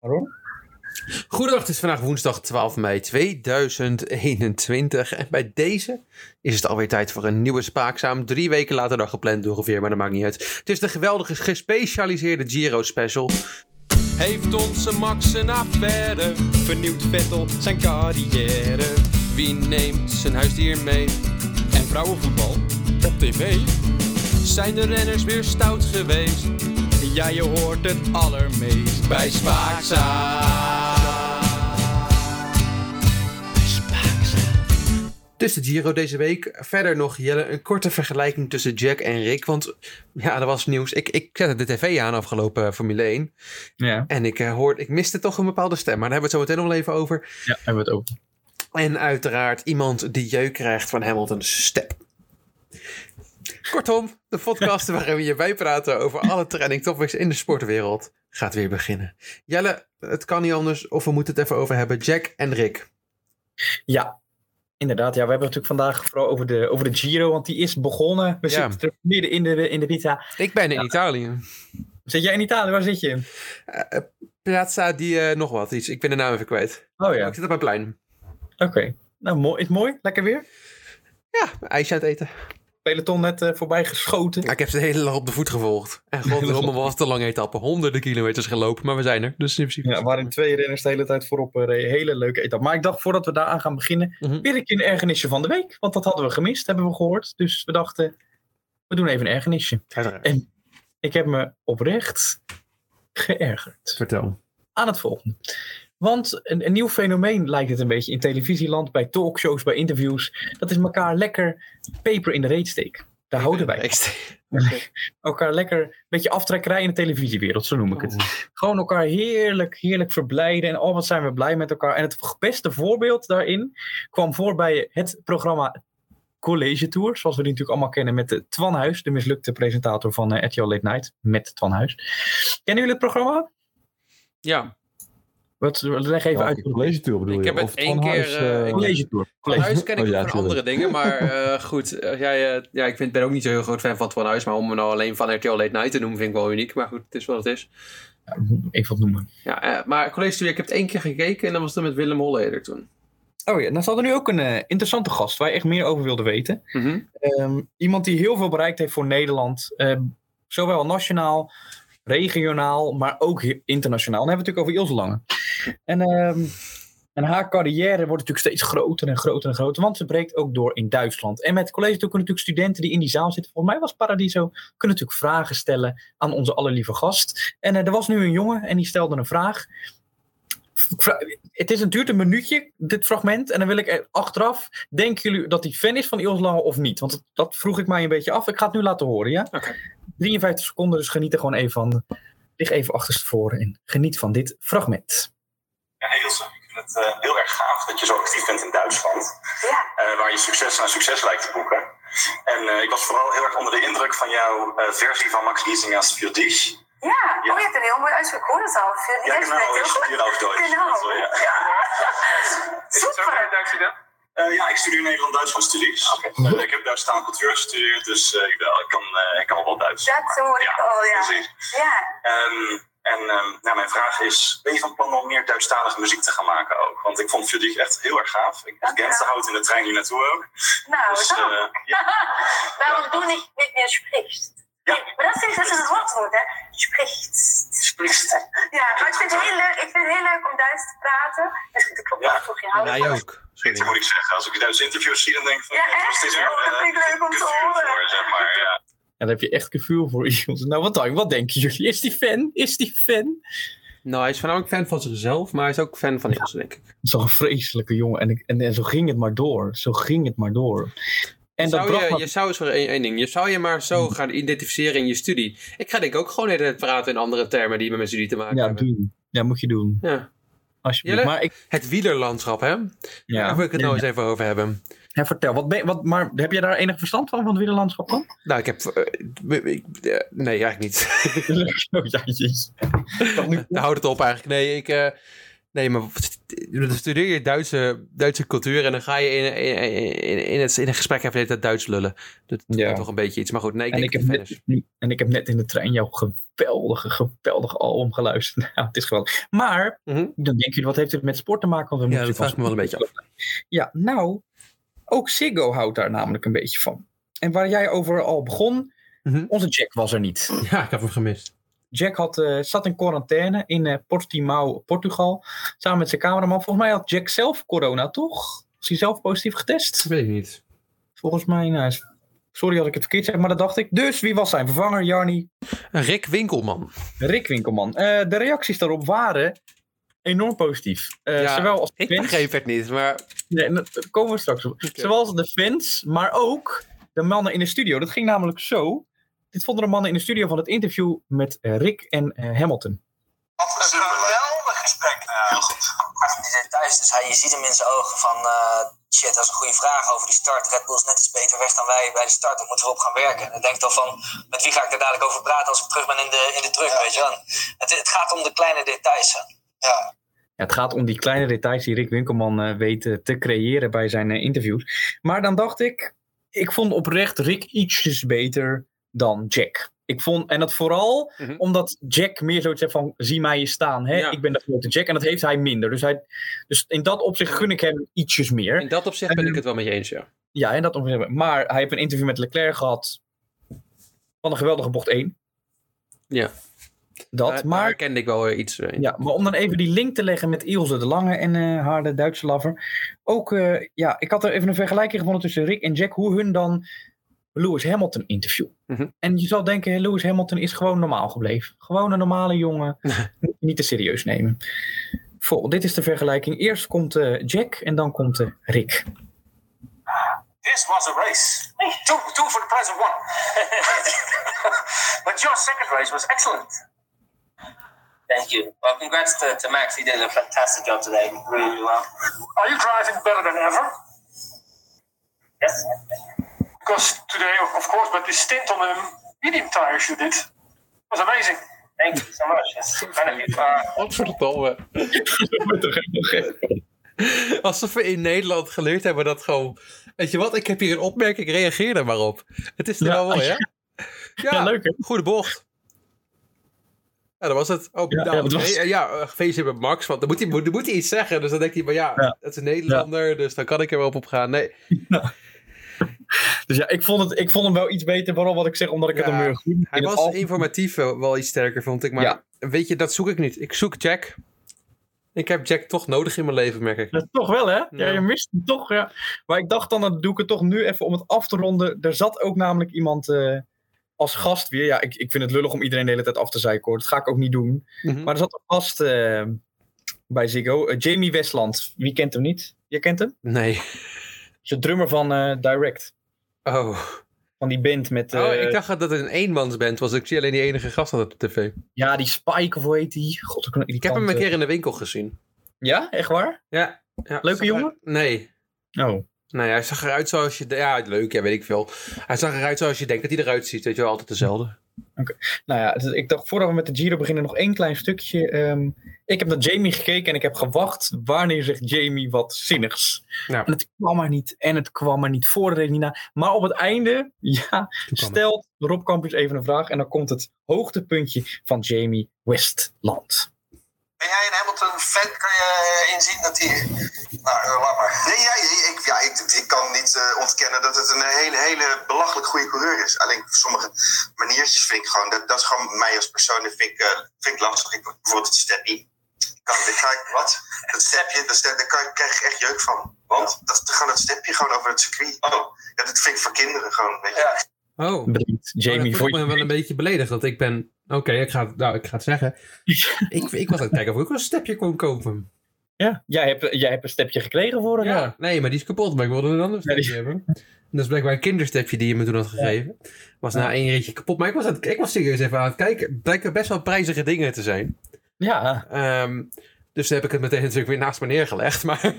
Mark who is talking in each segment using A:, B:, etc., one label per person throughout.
A: Waarom?
B: Goedendag, het is vandaag woensdag 12 mei 2021. En bij deze is het alweer tijd voor een nieuwe spaakzaam. Drie weken later dan gepland ongeveer, maar dat maakt niet uit. Het is de geweldige gespecialiseerde Giro Special.
C: Heeft onze Max een affaire? Vernieuwt Vettel zijn carrière? Wie neemt zijn huisdier mee? En vrouwenvoetbal op tv? Zijn de renners weer stout geweest? Ja, je hoort het allermeest bij Spaakzaam.
B: Dus de Giro deze week. Verder nog, Jelle, een korte vergelijking tussen Jack en Rick. Want ja, er was nieuws. Ik, ik zette de tv aan afgelopen eh, Formule 1.
A: Ja,
B: En ik, eh, hoorde, ik miste toch een bepaalde stem. Maar daar hebben we het zo meteen nog wel even over.
A: ja hebben we het over.
B: En uiteraard iemand die jeuk krijgt van Hamilton's step. Kortom, de podcast waarin we je bijpraten over alle trending topics in de sportwereld gaat weer beginnen. Jelle, het kan niet anders of we moeten het even over hebben. Jack en Rick.
D: Ja, inderdaad. Ja, we hebben het natuurlijk vandaag vooral over de, over de Giro, want die is begonnen. We
B: Ja.
D: zitten terug midden in de, in de Rita.
B: Ik ben in Italië.
D: Zit jij in Italië? Waar zit je in?
B: Eh, Piazza die eh, nog wat iets. Ik ben de naam even kwijt.
D: Oh ja,
B: Ik zit op mijn plein.
D: oké. Nou, mooi, is het mooi. Lekker weer.
B: Ja, ijsje aan het eten.
D: Peloton net eh, voorbij geschoten.
B: Ja, ik heb ze de hele dag op de voet gevolgd. En godverdomme was het een lange etappe. Honderden kilometers gelopen, maar we zijn er. Dus in principe.
D: Ja, waarin twee renners de hele tijd voorop eh, reden. Hele leuke etappe. Maar ik dacht, voordat we daaraan gaan beginnen,
B: Mhm.
D: weer een keer een ergernisje van de week. Want dat hadden we gemist, hebben we gehoord. Dus we dachten, we doen even een ergernisje.
B: Uiteraard.
D: Ik heb me oprecht geërgerd.
B: Vertel.
D: aan het volgende. Want een, een nieuw fenomeen lijkt het een beetje in televisieland, bij talkshows, bij interviews. Dat is elkaar lekker peper in de reet steken. Daar houden wij.
B: Ik-
D: Elkaar lekker een beetje aftrekkerij in de televisiewereld, zo noem ik het. Gewoon elkaar heerlijk, heerlijk verblijden. En oh, wat zijn we blij met elkaar. En het beste voorbeeld daarin kwam voor bij het programma College Tour. Zoals we die natuurlijk allemaal kennen met eh, Twan Huis, de mislukte presentator van eh, RTL Late Night. Met Twan Huis. Kennen jullie het programma?
B: Ja,
D: Wat, leg even
E: Ja,
D: uit.
E: een college tour bedoel
B: Ik
E: je?
B: heb het
E: Of
B: één
E: Van
B: keer,
E: Huis,
B: eh,
E: eh,
B: ik-
D: College Tour.
B: Van
D: College
B: Huis ken ik
E: Oh ja,
B: van
E: tuurlijk.
B: andere dingen, maar eh, goed. eh, ja, ja, ja, ik vind- ben ook niet zo heel groot fan van Van Huis, maar om me nou alleen van RTL Late Night te noemen vind ik wel uniek. Maar goed, het is wat het is.
D: even wat noemen.
B: Ja, eh, maar College Studie, ik heb het één keer gekeken en dat was toen met Willem Holleder toen.
D: Oh ja, dan staat er nu ook een eh, interessante gast waar je echt meer over wilde weten. Ehm, iemand die heel veel bereikt heeft voor Nederland. ehm, zowel nationaal, regionaal, maar ook he- internationaal. Dan hebben we het natuurlijk over Ilse Lange. En, ehm, en haar carrière wordt natuurlijk steeds groter en groter en groter. Want ze breekt ook door in Duitsland. En met college toe kunnen natuurlijk studenten die in die zaal zitten. Volgens mij was Paradiso. Kunnen natuurlijk vragen stellen aan onze allerlieve gast. En eh, er was nu een jongen en die stelde een vraag. Vra- het is, het duurt een minuutje, dit fragment. En dan wil ik er- achteraf, denken jullie dat hij fan is van Ilse Lange of niet? Want dat, dat vroeg ik mij een beetje af. Ik ga het nu laten horen, ja?
B: Oké.
D: 53 seconden, dus geniet er gewoon even van. Lig even achterstevoren en geniet van dit fragment.
F: Ja, hey Ilse, ik vind het eh, heel erg gaaf dat je zo actief bent in Duitsland. Eh, waar je succes na succes lijkt te boeken. En eh, ik was vooral heel erg onder de indruk van jouw eh, versie van Max Liesingers Für dich.
G: Ja,
F: Ja.
G: oh, je hebt een heel mooi uitspraak. Ik hoor het al. Veel
F: Ja, nou, genau, ik studeer ook Duits.
G: Genau.
F: Also, ja.
G: Super.
F: Eh, ja, ik studeer Nederland-Duitsland studies. Eh, ik heb daar staan cultuur gestudeerd, dus eh, ik, wel, ik, kan, eh, ik kan wel wat Duits.
G: Dat hoor ik al, ja.
F: precies.
G: Ja,
F: Ehm, en ehm, nou, mijn vraag is, ben je van plan om meer Duitsstalige muziek te gaan maken ook? Want ik vond Für dich echt heel erg gaaf. Ik
G: Dank je wel.
F: kent hout in de trein hier naartoe ook.
G: nou,
F: Dus,
G: dan.
F: eh, ja.
G: Waarom du nicht mit mir sprichst?
F: Ja.
G: Nee, maar dat vind ik dat is het woordwoord, hè? Sprichst.
F: Sprichst.
G: Ja, maar ik vind het heel leuk, ik vind het heel leuk om Duits te praten. Dus ik klopt
F: Ja.
G: ja. toch je houden.
B: Wij ook.
F: Dit moet ik zeggen. Als ik Duitse interviews zie, dan denk ik van...
G: Ja,
F: er
G: echt?
F: steeds
G: Oh, dat
F: eh,
G: vind ik leuk om te
F: cultuur
G: horen.
F: Voor, zeg maar, ja.
D: En dan heb je echt gevoel voor Ilse. Nou, wat, dan? wat denken jullie? Is die fan? Is die fan?
B: Nou, hij is voornamelijk fan van zichzelf, maar hij is ook fan van Ilse, denk ik.
D: Zo'n vreselijke jongen. En, ik, en, en zo ging het maar door. Zo ging het maar door. En dat
B: zou
D: bracht
B: je,
D: me- Mhm.
B: je zou eens voor één, één ding. Je zou je maar zo gaan identificeren in je studie. Ik ga denk ik ook gewoon de hele tijd praten in andere termen die met mijn studie te maken
D: Ja,
B: hebben.
D: doen. Ja, moet je doen.
B: Ja.
D: Alsjeblieft.
B: Jelle?
D: Maar ik...
B: Het wielerlandschap, hè? Daar wil ik het nou eens even over hebben.
D: Ja, vertel, wat ben, wat, maar heb jij daar enig verstand van, van het wielerlandschap dan?
B: Nou, ik heb... eh, ik- eh, nee, eigenlijk niet.
D: ja, jezus.
B: Nou, houd het op eigenlijk. Nee, ik, eh, Nee, maar dan studeer je Duitse, Duitse cultuur en dan ga je in, in, in, in het, in een gesprek even de hele tijd Duits lullen. Dat doet
D: Ja.
B: toch een beetje iets. Maar goed, nee, ik
D: En
B: denk
D: ik, heb
B: dat het fijn
D: net, dus en ik heb net in de trein jouw geweldige, geweldige album geluisterd. Nou, het is geweldig. Maar,
B: Mhm.
D: dan denken jullie, wat heeft dit met sport te maken? Want we
B: Ja,
D: moeten
B: dat vraag ik me wel een beetje af.
D: Ja, nou, ook Siggo houdt daar namelijk een beetje van. En waar jij over al begon,
B: Mhm.
D: onze Jack was er niet.
B: is. Ja, ik heb hem gemist.
D: Jack had, eh, zat in quarantaine in eh, Portimao, Portugal. Samen met zijn cameraman. Volgens mij had Jack zelf corona, toch? Is hij zelf positief getest?
B: Dat weet ik niet.
D: Volgens mij, nou, is- sorry als ik het verkeerd zeg, maar dat dacht ik. Dus wie was zijn vervanger? Jarny
B: Rick Winkelman.
D: Rick Winkelman. Eh, de reacties daarop waren enorm positief. Eh,
B: Ja,
D: zowel als
B: Ik
D: fans-
B: begreep het niet, maar...
D: Nee, en dat- daar komen we straks op. Zowel als de fans, maar ook de mannen in de studio. Dat ging namelijk zo. Dit vonden de mannen in de studio van het interview met eh, Rick en eh, Hamilton.
F: Wat een geweldig gesprek. Heel goed.
A: gaat die details. Dus hij, je ziet hem in zijn ogen van... eh, shit, dat is een goede vraag over die start. Red Bull is net iets beter weg dan wij bij de start. Daar moeten we op gaan werken. En ik denk dan van... Met wie ga ik er dadelijk over praten als ik terug ben in de, in de truck, weet je wel. Het, het gaat om de kleine details. hè.
D: Ja, het gaat om die kleine details die Rick Winkelman eh, weet eh, te creëren bij zijn eh, interviews. Maar dan dacht ik, ik vond oprecht Rick ietsjes beter dan Jack. Ik vond, en dat vooral
B: Mhm.
D: omdat Jack meer zoiets heeft van, zie mij hier staan. Hè?
B: Ja.
D: Ik ben de grote Jack en dat heeft hij minder. Dus, hij, dus in dat opzicht gun ik hem ietsjes meer.
B: In dat opzicht ben ik het wel met je eens, ja.
D: Ja, en dat om Maar hij heeft een interview met Leclerc gehad. Van een geweldige bocht 1.
B: Ja.
D: Dat,
B: Daar-
D: maar,
B: Daar kende ik wel weer iets eh, in.
D: ja, maar om dan even die link te leggen met Ilse de Lange en eh, haar de Duitse lover. Ook, eh, ja, ik had er even een vergelijking gevonden tussen Rick en Jack. Hoe hun dan Lewis Hamilton interview.
B: Mhm.
D: En je zal denken, hey, Lewis Hamilton is gewoon normaal gebleven. Gewoon een normale jongen. Moet je niet te serieus nemen. Vol, dit is de vergelijking. Eerst komt eh, Jack en dan komt eh, Rick.
F: This was a race. Two, two for the price of one. but your second race was excellent.
A: Thank you. Well, congrats to, to Max. He did a fantastic job today. Really well.
F: Are you driving better than ever?
A: Yes.
F: Because today, of course, but the stint on the medium tires you did was amazing.
A: Thank you so much. Yes. Kind of you. Uh,
B: Godverdomme. Alsof we in Nederland geleerd hebben dat gewoon... Weet je wat, ik heb hier een opmerking, reageer er maar op. Het is er
D: Ja,
B: wel mooi, hè?
D: ja. Ja, leuk, hè?
B: Goede bocht. Ja, dat was het. Oh,
D: Ja,
B: nou,
D: ja, dat was-
B: nee, ja, eh, gefeliciteerd met Max, want dan moet hij, moet, dan moet hij iets zeggen. Dus dan denkt hij, maar ja,
D: Ja.
B: dat is een Nederlander, dus dan kan ik er wel op gaan. Nee,
D: Dus ja, ik vond, het, ik vond hem wel iets beter. Waarom wat ik zeg, omdat ik het
B: Ja,
D: hem weer goed in
B: hij
D: het
B: was
D: algemeen-
B: informatief wel, wel iets sterker, vond ik. Maar
D: Ja.
B: weet je, dat zoek ik niet. Ik zoek Jack. Ik heb Jack toch nodig in mijn leven, merk ik.
D: Ja, toch wel, hè? Ja, je mist hem toch, ja. Maar ik dacht dan, dat doe ik het toch nu even om het af te ronden. Er zat ook namelijk iemand eh, als gast weer. Ja, ik, ik vind het lullig om iedereen de hele tijd af te zeiken, hoor. Dat ga ik ook niet doen.
B: Mhm.
D: Maar er zat een gast eh, bij Ziggo. eh, Jamie Westland. Wie kent hem niet? Jij kent hem?
B: Nee.
D: Hij is de drummer van eh, Direct.
B: Oh.
D: Van die band met...
B: oh,
D: eh,
B: ik dacht dat het een eenmansband was. Ik zie alleen die enige gast aan op de tv.
D: Ja, die Spike, of hoe heet die? God, ik,
B: Ik heb hem
D: eh,
B: een keer in de winkel gezien.
D: Ja, echt waar?
B: Ja. ja
D: Leuke
B: zag
D: jongen?
B: er- nee,
D: Oh.
B: Nee, Nou hij zag eruit zoals je... Ja, leuk, ja, weet ik veel. Hij zag eruit zoals je denkt dat hij eruit ziet. Weet je wel, altijd dezelfde.
D: Nou ja, dus ik dacht voordat we met de Giro beginnen nog één klein stukje. Ehm, ik heb naar Jamie gekeken en ik heb gewacht. Wanneer zegt Jamie wat zinnigs?
B: Ja.
D: En het kwam er niet. En het kwam er niet voor. de niet na. Maar op het einde, ja, stelt Rob Campus even een vraag. En dan komt het hoogtepuntje van Jamie Westland.
E: Ben jij een Hamilton-fan? Kan je eh, inzien dat hij... Nou, eh, laat maar. Nee, ja, ik, ja, ik, ik kan niet eh, ontkennen dat het een hele, hele belachelijk goede coureur is. Alleen op sommige maniertjes vind ik gewoon... Dat, dat is gewoon mij als persoon, dat vind ik, eh, vind ik lastig. Ik, bijvoorbeeld het steppie. Ik Kan, dit ga ik, wat? Dat stepje, dat step, daar kan, ik- krijg ik echt jeuk van. Want dat, dan gaat het stepje gewoon over het circuit. Oh, ja, dat vind ik voor kinderen gewoon, weet je.
F: Ja.
B: Oh,
D: Bedankt, Jamie.
B: voor
D: voor
B: ik me
D: je-
B: wel een beetje beledigd. Dat ik ben... Oké, ik, ga, het- nou, ik ga het zeggen. ik, ik was aan het kijken of ik een stepje kon kopen.
D: ja, jij, hebt, jij hebt een stepje gekregen vorig jaar.
B: Nee, maar die is kapot. Maar ik wilde een ander
D: Ja, die-
B: stepje hebben. En dat is blijkbaar een kinderstepje die je me toen had gegeven. Was na één ritje kapot. Maar ik was, aan het, ik was serieus even aan het kijken. Blijken best wel prijzige dingen te zijn.
D: Ja,
B: Ehm, dus dan heb ik het meteen natuurlijk weer naast me neergelegd. Maar,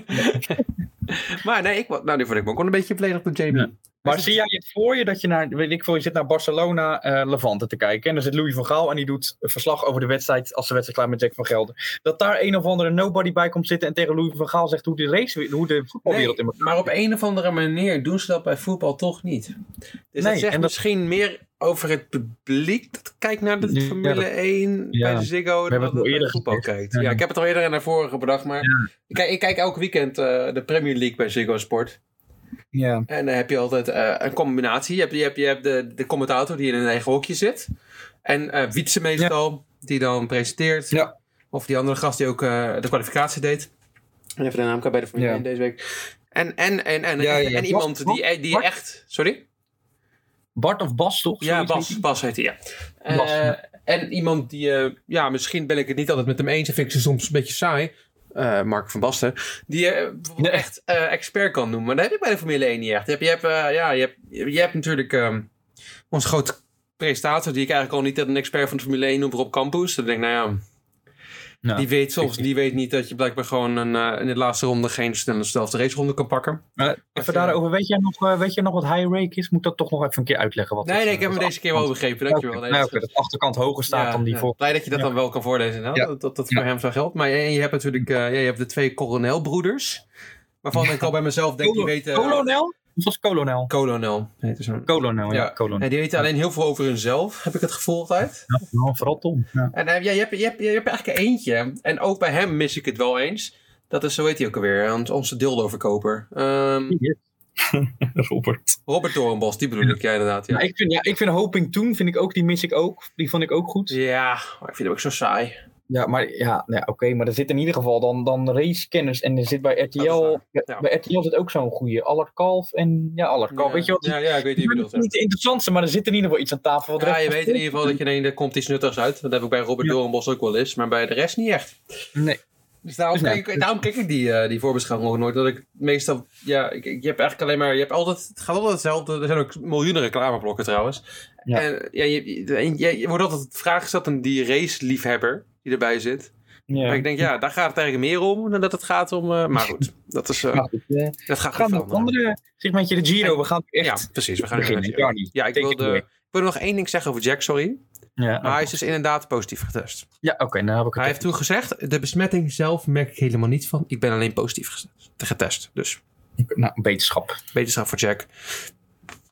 B: maar nee, ik, wa- nou, die vond ik me ook wel een beetje beledigd door Jamie.
D: Ja. Maar zie jij het voor je dat je naar, weet ik veel, je zit naar Barcelona eh, Levante te kijken. En dan zit Louis van Gaal en die doet een verslag over de wedstrijd als de wedstrijd klaar met Jack van Gelder. Dat daar een of andere nobody bij komt zitten en tegen Louis van Gaal zegt hoe de race, hoe de voetbalwereld in
H: Nee,
D: elkaar
H: maar op een of andere manier doen ze dat bij voetbal toch niet.
B: Dus dat
D: Nee,
B: zegt
D: en dat-
B: misschien meer over het publiek dat kijkt naar de
D: Ja,
B: Formule
D: dat-
B: 1
D: ja.
B: bij Ziggo
D: hebben
B: dan
D: het
B: dat
D: al
B: bij
D: eerder
B: voetbal
D: gezegd.
B: kijkt.
D: Ja.
B: Ja, ik heb het al eerder naar voren gebracht, maar ik, kijk, ik kijk elk weekend eh, de Premier League bij Ziggo Sport.
D: Ja.
B: En dan heb je altijd eh, een combinatie. Je hebt, je hebt, je hebt de, de commentator die in een eigen hokje zit. En eh Wietse meestal, die dan presenteert.
D: Ja.
B: Of die andere gast die ook eh, de kwalificatie deed. En Even de naam kwijt bij de familie
D: Ja.
B: deze week. En, en, en, en,
D: Ja, ja, ja.
B: en iemand
D: Bas-
B: die, die
D: Bas-
B: echt... Sorry?
D: Bart of Bas toch?
B: Ja,
D: Zoiets
B: Bas,
D: heet
B: Bas heet hij, ja.
D: Bas,
B: Eh,
D: ja.
B: en iemand die, eh, ja, misschien ben ik het niet altijd met hem eens en vind ik ze soms een beetje saai. Eh, Mark van Basten. Die je bijvoorbeeld
D: Nee.
B: echt eh, expert kan noemen. Maar dat heb ik bij de Formule 1 niet echt. Je hebt, je hebt, eh, ja, je hebt, je hebt natuurlijk ehm, onze grote presentator, die ik eigenlijk al niet dat een expert van de Formule 1 noem, Rob Campus. Dan denk ik, nou ja,
D: Nou,
B: die weet soms, die weet niet dat je blijkbaar gewoon een, eh, in de laatste ronde geen snelle zelfde race ronde kan pakken.
D: hij. Maar even daarover, weet jij, nog, eh, weet jij nog wat high rake is? Moet ik dat toch nog even een keer uitleggen? Wat
B: Nee,
D: dat,
B: nee,
D: eh,
B: ik heb hem
D: dat
B: deze keer wel
D: achterkant-
B: begrepen. Dankjewel.
D: Oké,
B: Nee,
D: nou,
B: dat is eh,
D: oké, dat achterkant hoger staat dan die
B: ja.
D: voor.
B: Blij dat je dat dan wel kan voorlezen. inderdaad.
D: Ja.
B: Dat, dat, dat
D: Ja.
B: voor hem zo geldt. Maar je, je hebt natuurlijk eh, ja, je hebt de twee kolonelbroeders. Waarvan ik al bij mezelf denk, die
D: Kolo-
B: weten...
D: Kolonel? Of was het kolonel?
B: Kolonel heette zo'n-
D: Kolonel, ja.
B: Ja.
D: Kolonel.
B: En die weten alleen heel veel over hunzelf, heb ik het gevoel altijd.
D: Ja, Nou, vooral Tom. Ja.
B: En eh, ja, je, hebt, je, hebt, je hebt eigenlijk er eentje. En ook bij hem mis ik het wel eens. Dat is, zo heet hij ook alweer, ons- onze dildoverkoper. Ehm
D: Robert.
B: Robert Doornbos, die bedoel ik, ja inderdaad. Ja,
D: ik, vind, ja, ik vind Hoping Toen, vind ik ook, die mis ik ook. Die vond ik ook goed. Ja,
B: ja maar ik vind hem ook zo saai.
D: maar ja, nou ja, oké, maar er zit in ieder geval dan, dan racekenners. En er zit bij RTL,
B: Dat
D: bij-
B: ja.
D: bij RTL zit ook zo'n goeie. Allard Kalf en ja, Allard Kalf.
B: Ja.
D: Weet je wat?
B: Ja, ja, ik weet wie je bedoelt.
D: het is niet de interessantste, maar er zit in ieder geval iets aan tafel. wat
B: Ja,
D: recht-
B: je weet in ieder geval dat je denkt, er komt iets nuttigs uit. Dat heb ik bij Robert
D: Ja.
B: Doornbos ook wel eens, maar bij de rest niet echt.
D: Nee.
B: Dus daarom,
D: Dus nee.
B: kijk, ik- daarom kijk ik die, eh die voorbeschouwing ook nooit. Dat ik meestal, ja, ik, ik- je hebt eigenlijk alleen maar, je hebt altijd, het gaat altijd hetzelfde. Er zijn ook miljoenen reclameblokken trouwens.
D: Ja.
B: En, ja, je, je- en je, je wordt altijd de vraag gesteld aan die race-liefhebber die erbij zit.
D: Ja.
B: Maar ik denk, ja, daar gaat het eigenlijk meer om dan dat het gaat om, eh, maar goed, dat is, eh,
D: Nou, goed, eh,
B: dat gaat
D: we gaan
B: gaan
D: naar het andere segmentje, de Giro. We gaan echt
B: Ja, precies, we gaan even
D: beginnen.
B: naar-
D: Jarni,
B: Ja, ik
D: take it
B: wilde,
D: away.
B: ik wilde nog één ding zeggen over Jack, sorry.
D: Ja,
B: Maar hij is dus inderdaad positief getest.
D: ja oké, nou heb ik het.
B: Hij heeft toen gezegd, de besmetting zelf merk ik helemaal niet van. Ik ben alleen positief ges- getest. Dus
D: Nou, wetenschap.
B: wetenschap voor Jack.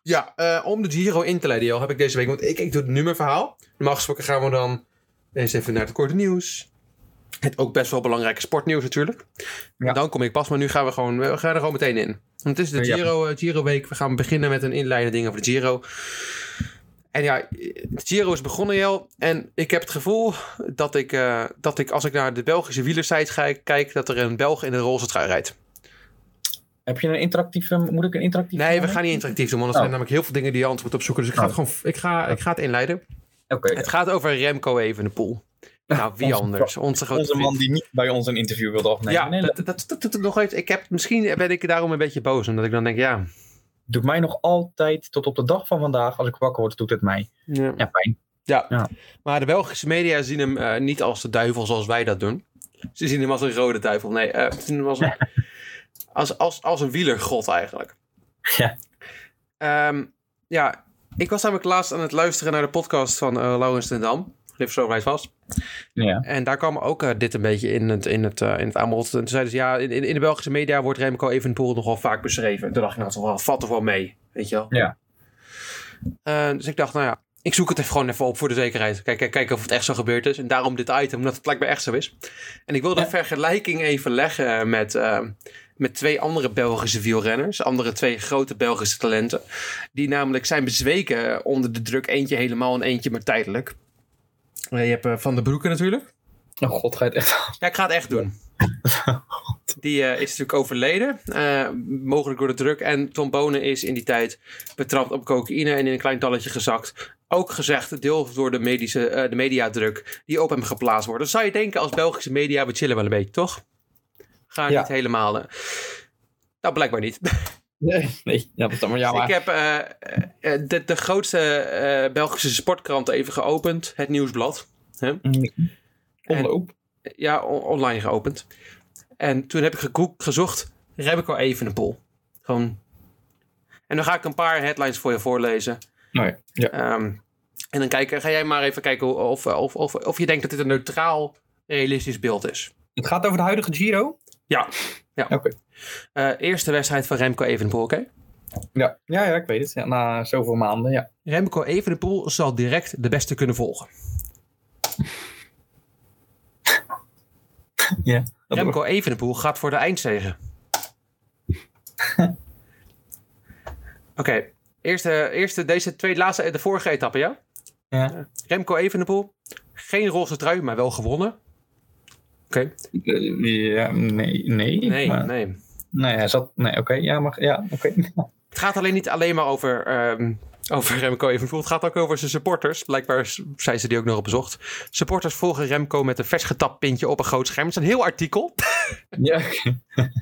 B: Ja, eh, om de Giro in te leiden, joh, heb ik deze week. Want ik, ik doe het nummerverhaal. Normaal gesproken gaan we dan eens even naar het korte nieuws. Het ook best wel belangrijke sportnieuws natuurlijk.
D: Ja.
B: Dan kom ik pas, maar nu gaan we, gewoon, we gaan er gewoon meteen in. Want het is de
D: Ja.
B: Giro, eh, Giro-week. We gaan beginnen met een inleidende ding over de Giro. En ja, de Giro is begonnen, Jel. En ik heb het gevoel dat ik, eh, dat ik als ik naar de Belgische wielersite ga, kijk... dat er een Belg in een roze trui rijdt.
D: Heb je een interactieve, moet ik een interactieve?
B: Nee, we gaan niet interactief doen, want er
D: Oh.
B: zijn namelijk heel veel dingen die je antwoord op zoeken. Dus ik ga, het,
D: Oh.
B: gewoon, ik ga, ik ga het inleiden.
D: Oké,
B: Het gaat over Remco Evenepoel. Nou, wie
D: Onze-
B: anders? Onze grote
D: Onze
B: vriend.
D: man die niet bij ons een interview wilde afnemen.
B: ja,
D: Nee,
B: dat, dat, dat doet het nog eens. Ik heb, misschien ben ik daarom een beetje boos, omdat ik dan denk, ja...
D: doet mij nog altijd, tot op de dag van vandaag, als ik wakker word, doet het mij.
B: Ja.
D: Ja, pijn. Ja.
B: Maar de Belgische media zien hem eh, niet als de duivel zoals wij dat doen. Ze zien hem als een rode duivel. Nee, eh, ze zien hem als een, als, als, als een wielergod eigenlijk.
D: Ja.
B: Ehm, ja, ik was namelijk laatst aan het luisteren naar de podcast van eh Laurens ten Dam. Live zo rijdt vast.
D: Ja.
B: En daar kwam ook eh, dit een beetje in het, in het, eh, in het aanbod. En toen zeiden ze, ja, in, in in de Belgische media wordt Remco Evenepoel nogal vaak beschreven. En toen dacht ik, nou, toch wel, valt toch wel mee, weet je wel.
D: Ja.
B: Eh, dus ik dacht, nou ja, ik zoek het even gewoon even op voor de zekerheid. Kijk, kijk, kijk of het echt zo gebeurd is. En daarom dit item, omdat het blijkbaar echt zo is. En ik wil de vergelijking even leggen eh, met, eh, met twee andere Belgische wielrenners. Andere twee grote Belgische talenten. Die namelijk zijn bezweken onder de druk. Eentje helemaal en eentje maar tijdelijk. Eh, Je hebt eh, Van der Broeken natuurlijk.
D: Oh god, ga je het echt
B: Ja, ik ga het echt doen. Die eh, is natuurlijk overleden, eh, mogelijk door de druk. En Tom Bonen is in die tijd betrapt op cocaïne en in een klein talletje gezakt. Ook gezegd, deels door de, medische, eh, de mediadruk die op hem geplaatst wordt. Dan zou je denken, als Belgische media, we chillen wel een beetje, toch? Ga
D: Ja.
B: niet helemaal... eh, Nou, blijkbaar niet.
D: Nee, nee. Ja, dat is dan maar jammer.
B: Ik heb eh, eh, de, de grootste eh, Belgische sportkrant even geopend. Het Nieuwsblad.
D: Mm. eh, Omloop.
B: ja, on- online geopend. En toen heb ik gegoo- gezocht Remco Evenepoel. Gewoon. En dan ga ik een paar headlines voor je voorlezen.
D: Nee. Ja.
B: Ehm, en dan kijken, ga jij maar even kijken hoe- of, of, of, of je denkt dat dit een neutraal, realistisch beeld is.
D: Het gaat over de huidige Giro.
B: Ja. ja.
D: Oké.
B: Eh, eerste wedstrijd van Remco Evenepoel, oké?
D: Ja. Ja, ja, ik weet het. Ja, na zoveel maanden, ja.
B: Remco Evenepoel zal direct de beste kunnen volgen.
D: ja. dat
B: Remco Evenepoel gaat voor de eindzegen. Oké, eerste, eerste, deze twee laatste, de vorige etappe, ja?
D: Ja.
B: Remco Evenepoel, geen roze trui, maar wel gewonnen. Oké,
D: Eh, ja, nee, nee.
B: nee,
D: maar-
B: nee.
D: Nee, hij zat... Nee, oké. Ja, mag... Ja, oké.
B: Het gaat alleen niet alleen maar over, ehm, over Remco Evenepoel. Het gaat ook over zijn supporters. Blijkbaar s- zijn ze die ook nog op bezocht. Supporters volgen Remco met een vers getapt pintje op een groot scherm. Het is een heel artikel
D: Ja,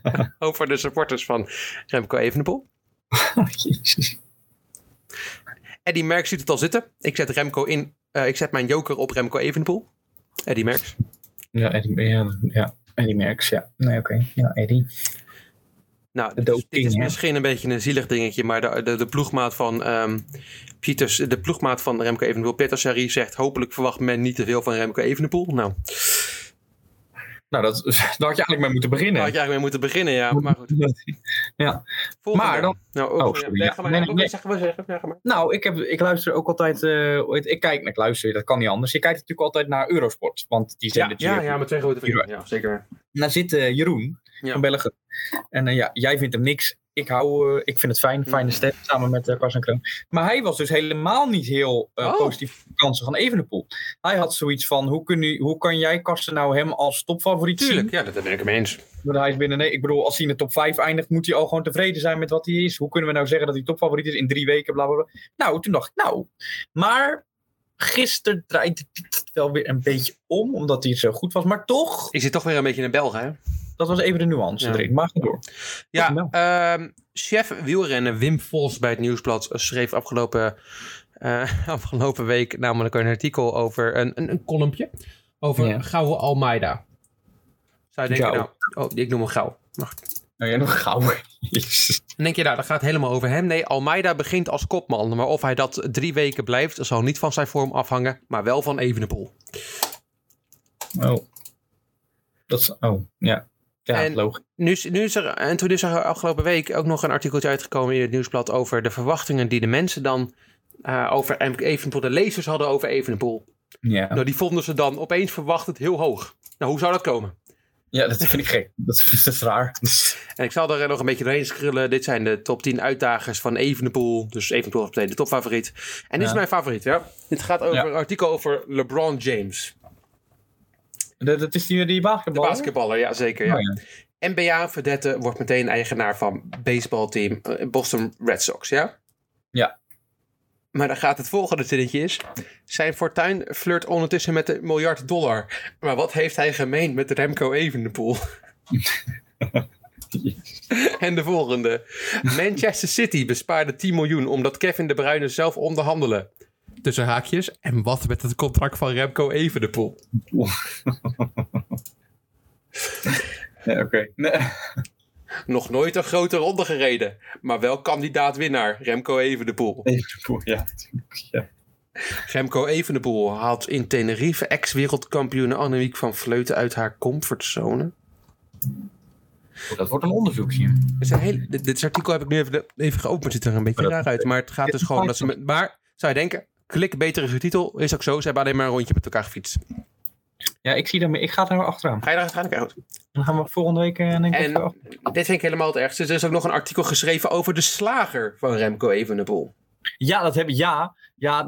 D: oké.
B: over de supporters van Remco Evenepoel.
D: Jezus.
B: Eddie Merckx ziet het al zitten. Ik zet Remco in. eh, ik zet mijn joker op Remco Evenepoel. Eddie Merckx.
D: Ja, Eddie, ja, ja. Eddie Merckx, ja. Nee, oké. Ja, Eddie.
B: Nou,
D: De
B: dit is,
D: doping,
B: dit is
D: hè?
B: misschien een beetje een zielig dingetje, maar de, de, de ploegmaat van ehm, Pieters, de ploegmaat van Remco Evenepoel, Peter Sarri, zegt hopelijk verwacht men niet te veel van Remco Evenepoel. Nou,
D: Nou, dat, daar had je eigenlijk mee moeten beginnen.
B: daar had je eigenlijk mee moeten beginnen, ja. Maar goed.
D: Ja.
B: Volgende.
D: Maar dan-
B: Nou,
D: Oh,
B: oh,
D: sorry,
B: ja.
D: ja.
B: Zeg maar,
D: Nee, nee, nee.
B: zeg maar, zeg maar, zeg maar.
D: Nou, ik, heb, ik luister ook altijd... eh, ooit- ik kijk, ik luister, dat kan niet anders. Je kijkt natuurlijk altijd naar Eurosport. Want die
B: Ja,
D: zenden
B: ja,
D: Giro.
B: ja, met twee grote vrienden. Ja, zeker.
D: En daar zit eh, Jeroen
B: Ja.
D: van Belgen. En eh, ja, jij vindt hem niks. Ik hou, eh, ik vind het fijn.
B: Hm.
D: Fijne stem samen met eh Kars en Kroon. Maar hij was dus helemaal niet heel eh,
B: Oh.
D: positief voor de kansen van Evenepoel. Hij had zoiets van, hoe, kun u, hoe kan jij Karsten nou hem als topfavoriet
B: Tuurlijk,
D: zien?
B: ja, dat ben ik hem eens.
D: Want hij is binnen, nee, ik bedoel, als hij in de top 5 eindigt, moet hij al gewoon tevreden zijn met wat hij is. Hoe kunnen we nou zeggen dat hij topfavoriet is in drie weken, bla bla bla. Nou, toen dacht ik, nou. Maar gisteren draaide het wel weer een beetje om, omdat hij zo goed was. Maar toch,
B: Ik zit toch weer een beetje in België, hè?
D: dat was even de nuance
B: Ja.
D: erin. Maar ga door.
B: Ja,
D: Dankjewel.
B: ehm, chef wielrennen Wim Vos bij het Nieuwsblad schreef afgelopen, eh, afgelopen week namelijk een artikel over een, een, een kolompje over
D: Ja.
B: Gouwe Almeida. Zou je denken,
D: Gauw.
B: nou, oh, ik noem hem Gauw. Wacht.
D: Nou ja, nog gauw.
B: Dan denk je, nou, dat gaat helemaal over hem. Nee, Almeida begint als kopman. Maar of hij dat drie weken blijft, zal niet van zijn vorm afhangen. Maar wel van Evenepoel.
D: Oh. Dat is, oh, ja. Ja,
B: En-
D: logisch.
B: Nu, is- nu is er, en toen is er afgelopen week ook nog een artikeltje uitgekomen in het nieuwsblad... over de verwachtingen die de mensen dan eh, over Evenepoel... de lezers hadden over Evenepoel.
D: Ja.
B: Nou, die vonden ze dan opeens verwachtend heel hoog. Nou, hoe zou dat komen?
D: ja, dat vind ik gek. Dat is, dat is raar.
B: En ik zal er nog een beetje doorheen scrullen. Dit zijn de top 10 uitdagers van Evenepoel. Dus Evenepoel was meteen de topfavoriet. En dit is
D: Ja.
B: mijn favoriet, ja. Dit gaat over
D: Ja.
B: een artikel over LeBron James.
D: Dat, dat is die, die
B: De
D: basketbal.
B: basketballer, ja zeker. Ja.
D: Oh, ja.
B: NBA verdette wordt meteen eigenaar van baseballteam eh, Boston Red Sox, ja?
D: Ja.
B: Maar dan gaat het volgende zinnetje is. Zijn fortuin flirt ondertussen met de miljard dollar. Maar wat heeft hij gemeen met Remco Evenepoel? en de volgende. Manchester City bespaarde 10 miljoen omdat Kevin De Bruyne zelf onderhandelen. Tussen haakjes. En wat met het contract van Remco Evenepoel?
D: Ja, Oké. Nee.
B: Nog nooit een grote ronde gereden, maar wel kandidaat-winnaar Remco Evenepoel.
D: Evenepoel, ja. ja.
B: Remco Evenepoel haalt in Tenerife ex-wereldkampioen Annemiek van Vleuten uit haar comfortzone.
D: Dat wordt een onderzoekje.
B: Dit, is een heel- dit, dit artikel heb ik nu even, de- even geopend, ziet er een beetje
D: Maar dat-
B: raar uit. Maar het gaat dus gewoon dat ze... Met, maar, zou je denken, klik betere titel, is ook zo. Ze hebben alleen maar een rondje met elkaar gefietst.
D: Ja, ik zie daarmee. Ik ga daar achteraan.
B: Ga je daar uiteindelijk uit?
D: Dan gaan we volgende week eh, denk ik
B: En-
D: even achter-
B: Dit vind ik helemaal het ergste. Er is ook nog een artikel geschreven over de slager van Remco Evenepoel.
D: Ja, dat heb ik. Ja. Ja,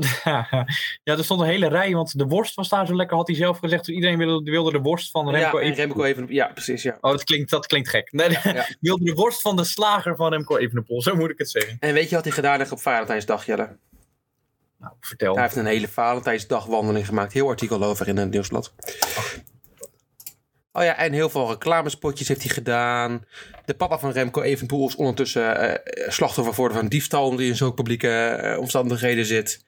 D: ja, er stond een hele rij, want de worst was daar zo lekker, had hij zelf gezegd. Dus Iedereen wilde, wilde de worst van Remco
B: ja, en
D: Evenepoel.
B: Remco Evenepoel. Ja, precies, ja.
D: Oh, dat klinkt, dat klinkt gek. Nee,
B: ja.
D: wilde de worst van de slager van Remco Evenepoel, zo moet ik het zeggen.
B: En weet je wat hij gedaan heeft op Valentijnsdag, Jelle?
D: Nou, vertel.
B: Hij heeft een hele Valentijnsdagwandeling gemaakt. Heel artikel over in het nieuwsblad. Oh ja, en heel veel reclamespotjes heeft hij gedaan. De papa van Remco Evenpoel is ondertussen eh, slachtoffer geworden van diefstal... omdat hij in zo'n publieke eh, omstandigheden zit.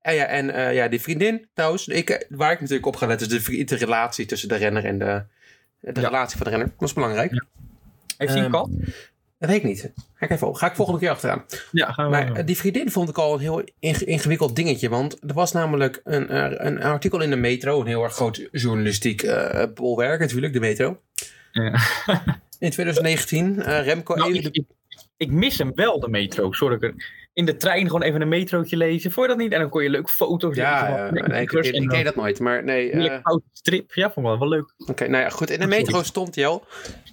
B: En ja, en eh, ja, die vriendin trouwens, ik, eh, waar ik natuurlijk op ga letten... is de, vri- de relatie tussen de renner en de... De
D: Ja.
B: relatie van de renner, dat is belangrijk.
D: Heeft hij
B: Ehm,
D: een kat?
B: Dat weet ik niet. Ga ik even op. Ga ik volgende keer achteraan.
D: Ja, gaan we
B: Maar eh, die vriendin vond ik al een heel inge- ingewikkeld dingetje. Want er was namelijk een, eh, een artikel in de Metro. Een heel erg groot journalistiek eh bolwerk natuurlijk, de Metro.
D: Ja.
B: In 2019, eh, Remco
D: Nou,
B: even...
D: ik, ik, ik mis hem wel, de metro. Sorry. ik er- In de trein gewoon even een metrootje lezen. Vond je dat niet? En dan kon je leuke foto's
B: Ja,
D: lezen.
B: eh,
D: van
B: nee, ik,
D: en
B: ik, ik
D: dan
B: deed dat nooit. Maar nee,
D: een
B: eh,
D: hele koude strip. Ja, vond ik wel, wel leuk.
B: oké. nou ja, goed. In de Metro stond hij al.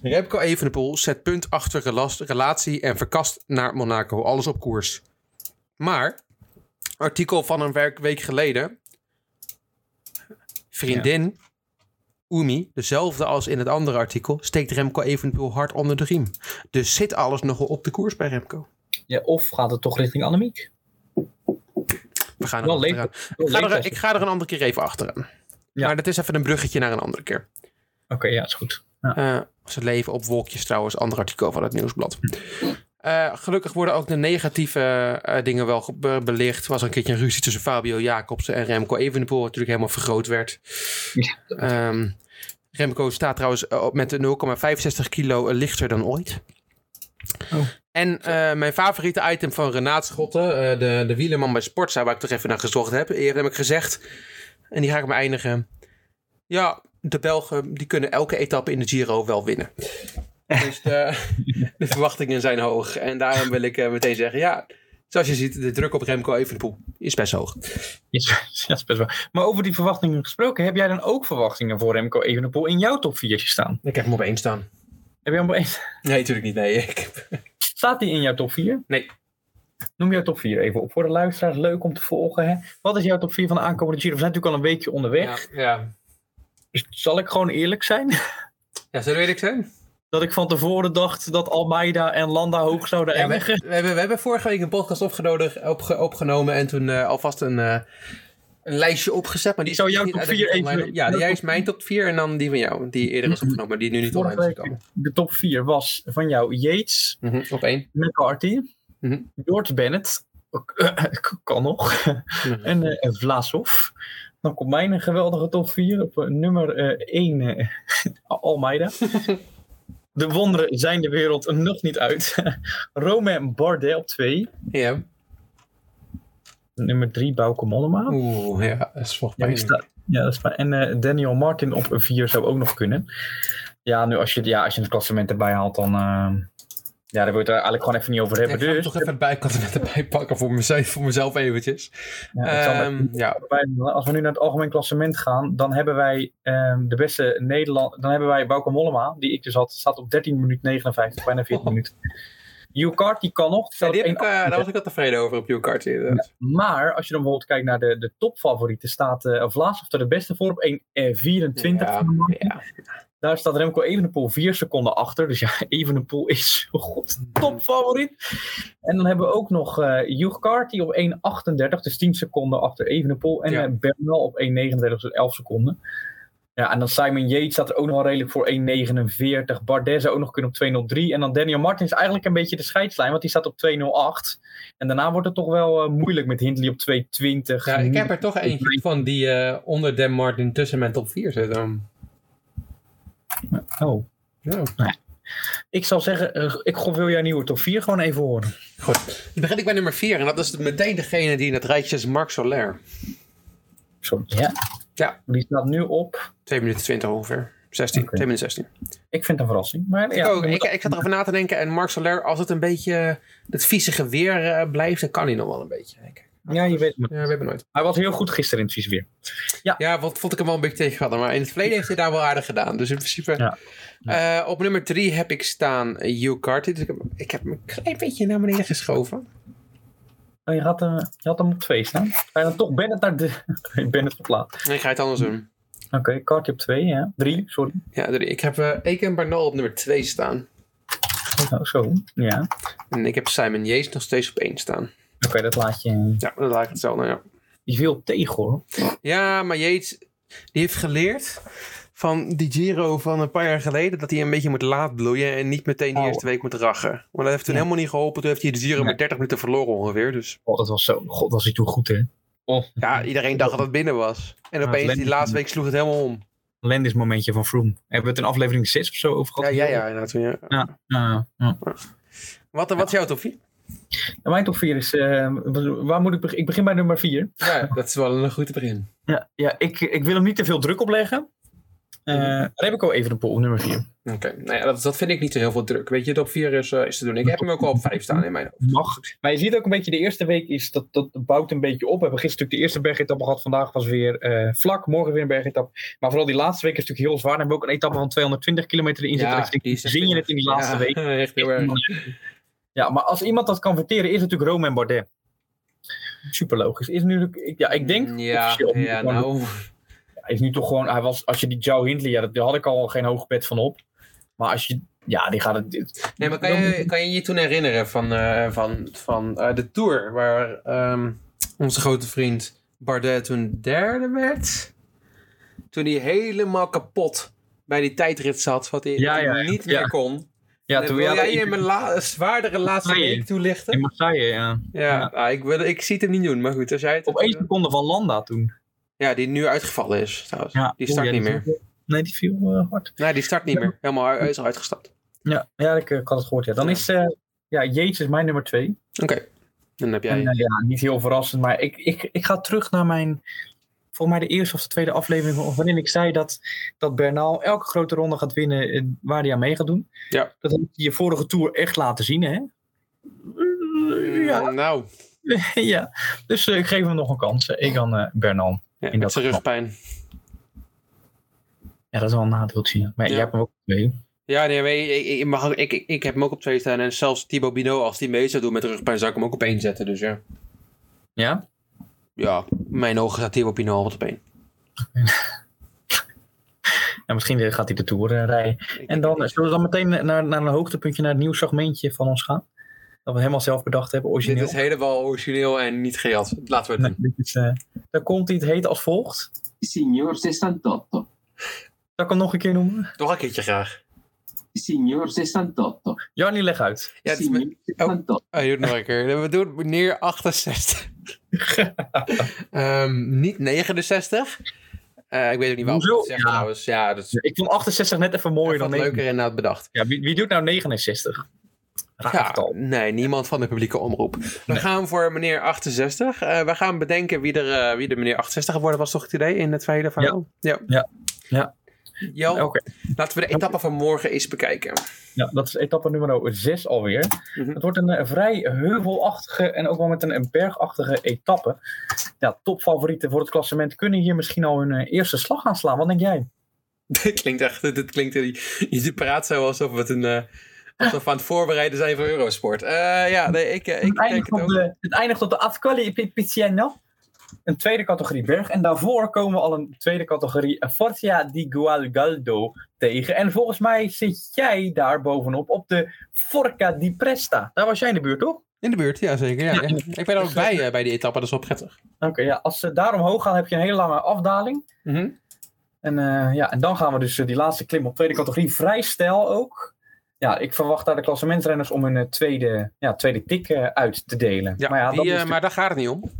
B: Remco Evenepoel zet punt achter relast- relatie en verkast naar Monaco. Alles op koers. Maar, artikel van een werk- week geleden. Vriendin, Umi, dezelfde als in het andere artikel, steekt Remco Evenepoel hard onder de riem. Dus zit alles nogal op de koers bij Remco.
D: Ja, of gaat het toch richting Annemiek?
B: We gaan er
D: Wel
B: achteraan.
D: leuk.
B: Ik ga, er,
D: leuk.
B: ik ga er een andere keer even achteraan.
D: Ja.
B: Maar dat is even een bruggetje naar een andere keer.
D: Oké, ja, is goed.
B: Eh, ze leven op wolkjes trouwens, ander artikel van het nieuwsblad.
D: Hm.
B: Eh, gelukkig worden ook de negatieve eh, dingen wel ge- be- belicht. Er was een keertje een ruzie tussen Fabio Jacobsen en Remco Evenepoel, wat natuurlijk helemaal vergroot werd.
D: Ja.
B: Ehm, Remco staat trouwens eh, op- met de 0,65 kilo eh, lichter dan ooit.
D: Oh.
B: En eh, mijn favoriete item van Renaat Schotten, eh, de, de wielerman bij Sportza, waar ik toch even naar gezocht heb. Eerder heb ik gezegd, en die ga ik maar eindigen. Ja, de Belgen die kunnen elke etappe in de Giro wel winnen. Dus de, de verwachtingen zijn hoog. En daarom wil ik eh, meteen zeggen, ja, zoals je ziet, de druk op Remco Evenepoel is best hoog.
D: Is, ja, is best wel. Maar over die verwachtingen gesproken, heb jij dan ook verwachtingen voor Remco Evenepoel in jouw top 4 staan?
B: Ik heb hem op één staan.
D: Heb jij hem opeens?
B: Nee, natuurlijk niet. Nee, ik,
D: Staat die in jouw top 4?
B: nee.
D: Noem jouw top 4 even op voor de luisteraars. Leuk om te volgen. Hè? Wat is jouw top 4 van de aankomende Giro? We zijn natuurlijk al een weekje onderweg.
B: Ja, ja.
D: Dus zal ik gewoon eerlijk zijn?
B: ja zullen we eerlijk zijn?
D: Dat ik van tevoren dacht dat Almeida en Landa hoog zouden
B: Ja, we,
D: eindigen.
B: we hebben, we hebben vorige week een podcast opgenodigd- opge- opgenomen en toen eh, alvast een, eh, een lijstje opgezet. Maar die is
D: Zou
B: niet
D: jouw top
B: uit-
D: vier
B: online-
D: even-
B: Ja, jij is mijn top 4 en dan die van jou, die eerder is opgenomen, maar die nu niet
D: Vorige
B: online is
D: week
B: gekomen.
D: de top 4 was van jou Yates,
B: Mhm, op één.
D: McCarthy,
B: Mhm.
D: George Bennett, ook- eh, kan nog,
B: Mhm.
D: en eh, Vlasov. Dan komt mijn geweldige top 4 op eh, nummer 1 Almeida. De wonderen zijn de wereld nog niet uit. Romain Bardet op 2.
B: Ja.
D: Nummer 3 Bauke Mollema.
B: Oeh, ja, dat is volgens
D: Ja,
B: mij.
D: die staat- ja, dat is waar. En eh, Daniel Martin op 4 zou ook nog kunnen. Ja, nu als je, ja, als je het klassement erbij haalt, dan. eh, ja, daar wil je het eigenlijk gewoon even niet over
B: Ik
D: hebben.
B: ga hem
D: dus.
B: toch even erbij, ik kan het erbij pakken voor mezelf, voor mezelf eventjes.
D: Ja, ik zal maar
B: Ehm,
D: even
B: ja.
D: erbij- Als we nu naar het algemeen klassement gaan, dan hebben wij ehm, de beste Nederland. Dan hebben wij Bauke Mollema, die ik dus had, staat op 13 minuut 59, bijna 14 minuten. Jukart, die kan nog. die staat
B: Ja, die heb
D: op
B: ik, eh,
D: 1,38.
B: daar was ik al tevreden over op Youkart.
D: Maar als je dan bijvoorbeeld kijkt naar de, de topfavorieten, staat eh Vlaasov er de beste voor op eh, 1,24.
B: Ja, ja.
D: Daar staat Remco Evenepoel vier seconden achter. Dus ja, Evenepoel is god topfavoriet. En dan hebben we ook nog eh Jugkaart die op 1,38, dus 10 seconden achter Evenepoel. En
B: Ja.
D: eh, Bernal op 1,39, dus 11 seconden. Ja, en dan Simon Yates staat er ook nog wel redelijk voor 1,49. Bardet zou ook nog kunnen op 2,03. En dan Daniel Martin is eigenlijk een beetje de scheidslijn, want die staat op 2,08. En daarna wordt het toch wel eh, moeilijk met Hindley op 2,20.
B: Ja, ik heb er toch eentje van die eh, onder Dan Martin tussen mijn top 4 zit. dan.
D: Oh.
B: Ja.
D: Ik zal zeggen, eh, ik wil jouw nieuwe top 4 gewoon even horen.
B: Goed. Dan begin ik bij nummer 4 en dat is meteen degene die in het rijtje is, Marc Soler.
D: Zo, ja.
B: Ja.
D: Die staat nu op.
B: 2 minuten 20 ongeveer. 16,
D: Oké.
B: 2 minuten 16.
D: Ik vind het een verrassing. Maar ja,
B: ik, ook, Oh, ik, ik zat erover na te denken en Marc Soler, als het een beetje eh, dat vieze geweer eh, blijft, dan kan hij nog wel een beetje. denk ik.
D: ja, je weet het.
B: Ja, we hebben nooit.
D: Hij was heel goed gisteren in het vies weer.
B: Ja, wat vond ik hem wel een beetje tegenvallen. Maar in het verleden heeft hij daar wel aardig gedaan. Dus in principe.
D: Ja.
B: Eh, op nummer drie heb ik staan eh, Hugh Carty. Dus ik heb, ik heb hem een klein beetje naar beneden geschoven.
D: Oh, je, had, eh, je had hem op twee staan. Ga je dan toch Bennett naar de... Oké, Bennett geplaatst.
B: Nee, ik ga het anders doen.
D: Oké, Carty op twee, ja. Drie, sorry.
B: Ja, drie. Ik heb eh Eken Barnal op nummer twee staan.
D: Oh, zo, ja. Oké,
B: En ik heb Simon Jees nog steeds op één staan.
D: dat laat je...
B: Ja, dat laat ik hetzelfde. Ja.
D: Je viel tegen, hoor.
B: Ja, maar Yates die heeft geleerd van die Giro van een paar jaar geleden... dat hij een beetje moet laat bloeien en niet meteen de
D: Oh.
B: eerste week moet rachen. Want dat heeft toen
D: Ja.
B: helemaal niet geholpen. Toen heeft hij de Giro
D: Nee.
B: met 30 minuten verloren ongeveer. Dus
D: Oh, dat was zo... God, was hij toen goed, hè? Oh,
B: ja, iedereen dacht dat het binnen was. En
D: Ja,
B: opeens die
D: Lennon.
B: laatste week sloeg het helemaal om.
D: Landis momentje van Froome. Hebben we het in aflevering 6 of zo over
B: Ja,
D: gehad?
B: ja, ja. inderdaad, ja.
D: Ja, ja, ja.
B: Wat, wat is jouw top vier?
D: En mijn top 4 is. eh, waar moet ik beginnen? Ik begin bij nummer 4.
B: Ja, dat is wel een goed begin.
D: Ja, ja ik, ik wil hem niet te veel druk opleggen. Eh Remco Evenepoel op nummer 4.
B: Oké, nou ja, dat, dat vind ik niet zo heel veel druk. Weet je, top 4 is, eh, is te doen. Ik heb hem ook al op 5 staan in mijn hoofd.
D: Mag. Maar je ziet ook een beetje de eerste week is dat, dat bouwt een beetje op. We hebben gisteren natuurlijk de eerste bergetappe gehad. Vandaag was weer eh, vlak. Morgen weer een bergetappe. Maar vooral die laatste week is natuurlijk heel zwaar. Dan hebben we ook een etappe van 220 kilometer in zitten.
B: Ja,
D: Dus ik denk,
B: die is-
D: zin je het in die laatste
B: Ja,
D: week.
B: Echt heel erg.
D: Ja, maar als iemand dat kan verteren, is het natuurlijk Romain Bardet. Super logisch. Is nu, ik- ja, ik denk.
B: Mm, Ja,
D: officieel,
B: ja
D: maar
B: nou.
D: Hij is nu toch gewoon. Hij was, als je die Joe Hindley. Ja, dat- daar had ik al geen hoog bed van op. Maar als je. Ja, die gaat het. dit-
B: Nee, maar kan je, kan je je toen herinneren van, eh, van, van eh, de tour waar ehm, onze grote vriend Bardet toen derde werd? Toen hij helemaal kapot bij die tijdrit zat, wat hij
D: Ja,
B: wat hij
D: ja, ja.
B: niet meer
D: Ja.
B: kon.
D: Ja,
B: En
D: toen
B: wil
D: ja,
B: jij
D: in-
B: hem een la- zwaardere laatste
D: Nee.
B: week toelichten?
D: in Marseille, ja.
B: Ja, ah, ik, wil, ik zie het hem niet doen, maar goed, als jij het...
D: Op één seconde van Landa toen.
B: Ja, die nu uitgevallen is trouwens.
D: Ja.
B: Die start
D: Oeh, ja,
B: niet meer.
D: viel- nee, die viel eh, hard.
B: Nee, die start niet meer. Helemaal hij is al uitgestapt.
D: Ja, ja ik, eh, ik had het gehoord. Ja. Dan
B: Ja.
D: is eh ja, Yates is mijn nummer twee.
B: Oké, dan heb
D: En,
B: jij...
D: eh, ja, niet heel verrassend, maar ik, ik, ik ga terug naar mijn... Volgens mij de eerste of de tweede aflevering van- waarin ik zei dat, dat Bernal elke grote ronde gaat winnen eh, waar hij aan mee gaat doen.
B: Ja.
D: Dat heb je je vorige tour echt laten zien, hè? Ja,
B: Nou,
D: ja. Dus eh, ik geef hem nog een kans. Ik dan eh, Bernal.
B: ja,
D: dat
B: met zijn
D: geval.
B: rugpijn.
D: Ja, dat is wel een nadeeltje. Maar
B: Ja.
D: jij hebt hem ook twee.
B: Ja, nee, maar ik, ik, ik mag ook- ik, ik, ik heb hem ook op twee staan. En zelfs Thibaut Bino, als die mee zou doen met rugpijn, zou ik hem ook op één zetten. Dus ja,
D: Ja?
B: ja in mijn ogen staat Thibaut Bino altijd op één.
D: En misschien eh, gaat hij de tour eh, rijden. En dan eh, zullen we dan meteen naar, naar een hoogtepuntje, naar het nieuw segmentje van ons gaan. Dat we helemaal zelf bedacht hebben,
B: Dit
D: origineel.
B: is helemaal origineel en niet gejat. Laten we het
D: Nee,
B: doen.
D: dit is, eh, daar komt iets heet als volgt.
I: Signor 68.
D: Zal ik hem nog een keer noemen?
B: Toch een keertje graag.
I: Signor 68.
D: Jarni, leg uit.
B: Ja, het is mijn-
I: Signor 68.
B: Oh, je doet het nog een keer. We doen meneer 68. Ehm, niet 69. Eh, ik weet ook niet waarom ik
D: Hoezo?
B: het zeg
D: Ja.
B: trouwens. Ja, dat is
D: Ik vond 68 net even mooier
B: wat
D: dan
B: leuker
D: 69.
B: inderdaad bedacht.
D: Ja, wie, wie doet nou 69? Raar
B: Ja,
D: getal.
B: nee, niemand van de publieke omroep. We gaan voor meneer 68. Eh, we gaan bedenken wie er, eh, wie de meneer 68 geworden was, toch het idee in het hele verhaal? Ja.
D: Ja. Ja. Oh.
B: Jo,
D: Oké,
B: laten we de etappe van morgen eens bekijken.
D: ja, dat is etappe nummer 6 alweer.
B: Mhm.
D: Het wordt een eh, vrij heuvelachtige en ook wel met een, een bergachtige etappe. Ja, topfavorieten voor het klassement kunnen hier misschien al hun eh, eerste slag gaan slaan. Wat denk jij?
B: dit klinkt echt, dit klinkt, je praat zo alsof we het een... eh, alsof we aan het voorbereiden zijn voor Eurosport. Eh, ja, nee, ik, eh, ik
D: Het
B: denk
D: eindigt,
B: het
D: op
B: ook.
D: de, het eindigt op de Ascoli Pi- Piceno. Een tweede categorie berg. En daarvoor komen we al een tweede categorie eh, Forza di Gualgaldo tegen. En volgens mij zit jij daar bovenop op de Forca di Presta. Daar was jij in de buurt, toch?
B: In de buurt, ja zeker. Ja, ja. Ik ben er ook bij, eh, bij die etappe, dat is wel prettig.
D: Oké, ja. Als ze daar omhoog gaan, heb je een hele lange afdaling.
B: Mhm.
D: En, eh, ja, en dan gaan we dus eh, die laatste klim op tweede categorie. Vrij stijl ook. Ja, ik verwacht daar de klassementrenners om hun eh, tweede, ja, tweede tik eh, uit te delen.
B: Ja,
D: maar ja,
B: die,
D: dat
B: eh,
D: is de-
B: maar daar gaat het niet om.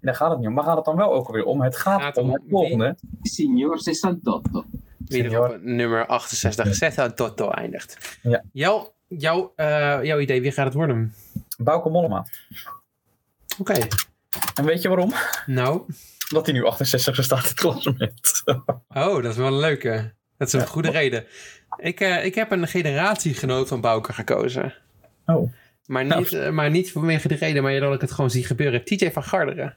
D: daar gaat het niet om. Waar gaat het dan wel ook alweer om? Het gaat,
B: Gaat
D: om
B: om
D: het volgende.
I: Signor 68.
B: Wie er
D: Senior.
B: op nummer 68 Zeta Toto eindigt.
D: Ja.
B: Jouw, jouw, eh, jouw idee, wie gaat het worden?
D: Bauke Mollema.
B: Oké.
D: En weet je waarom?
B: Nou.
D: Omdat hij nu 68 staat in het klassement.
B: Oh, dat is wel een leuke. Dat is een goede reden. Ik, eh, ik heb een generatiegenoot van Bouke gekozen.
D: Oh.
B: Maar
D: Nou.
B: niet, eh, maar niet vanwege de reden, maar dat ik het gewoon zie gebeuren. TJ van Garderen.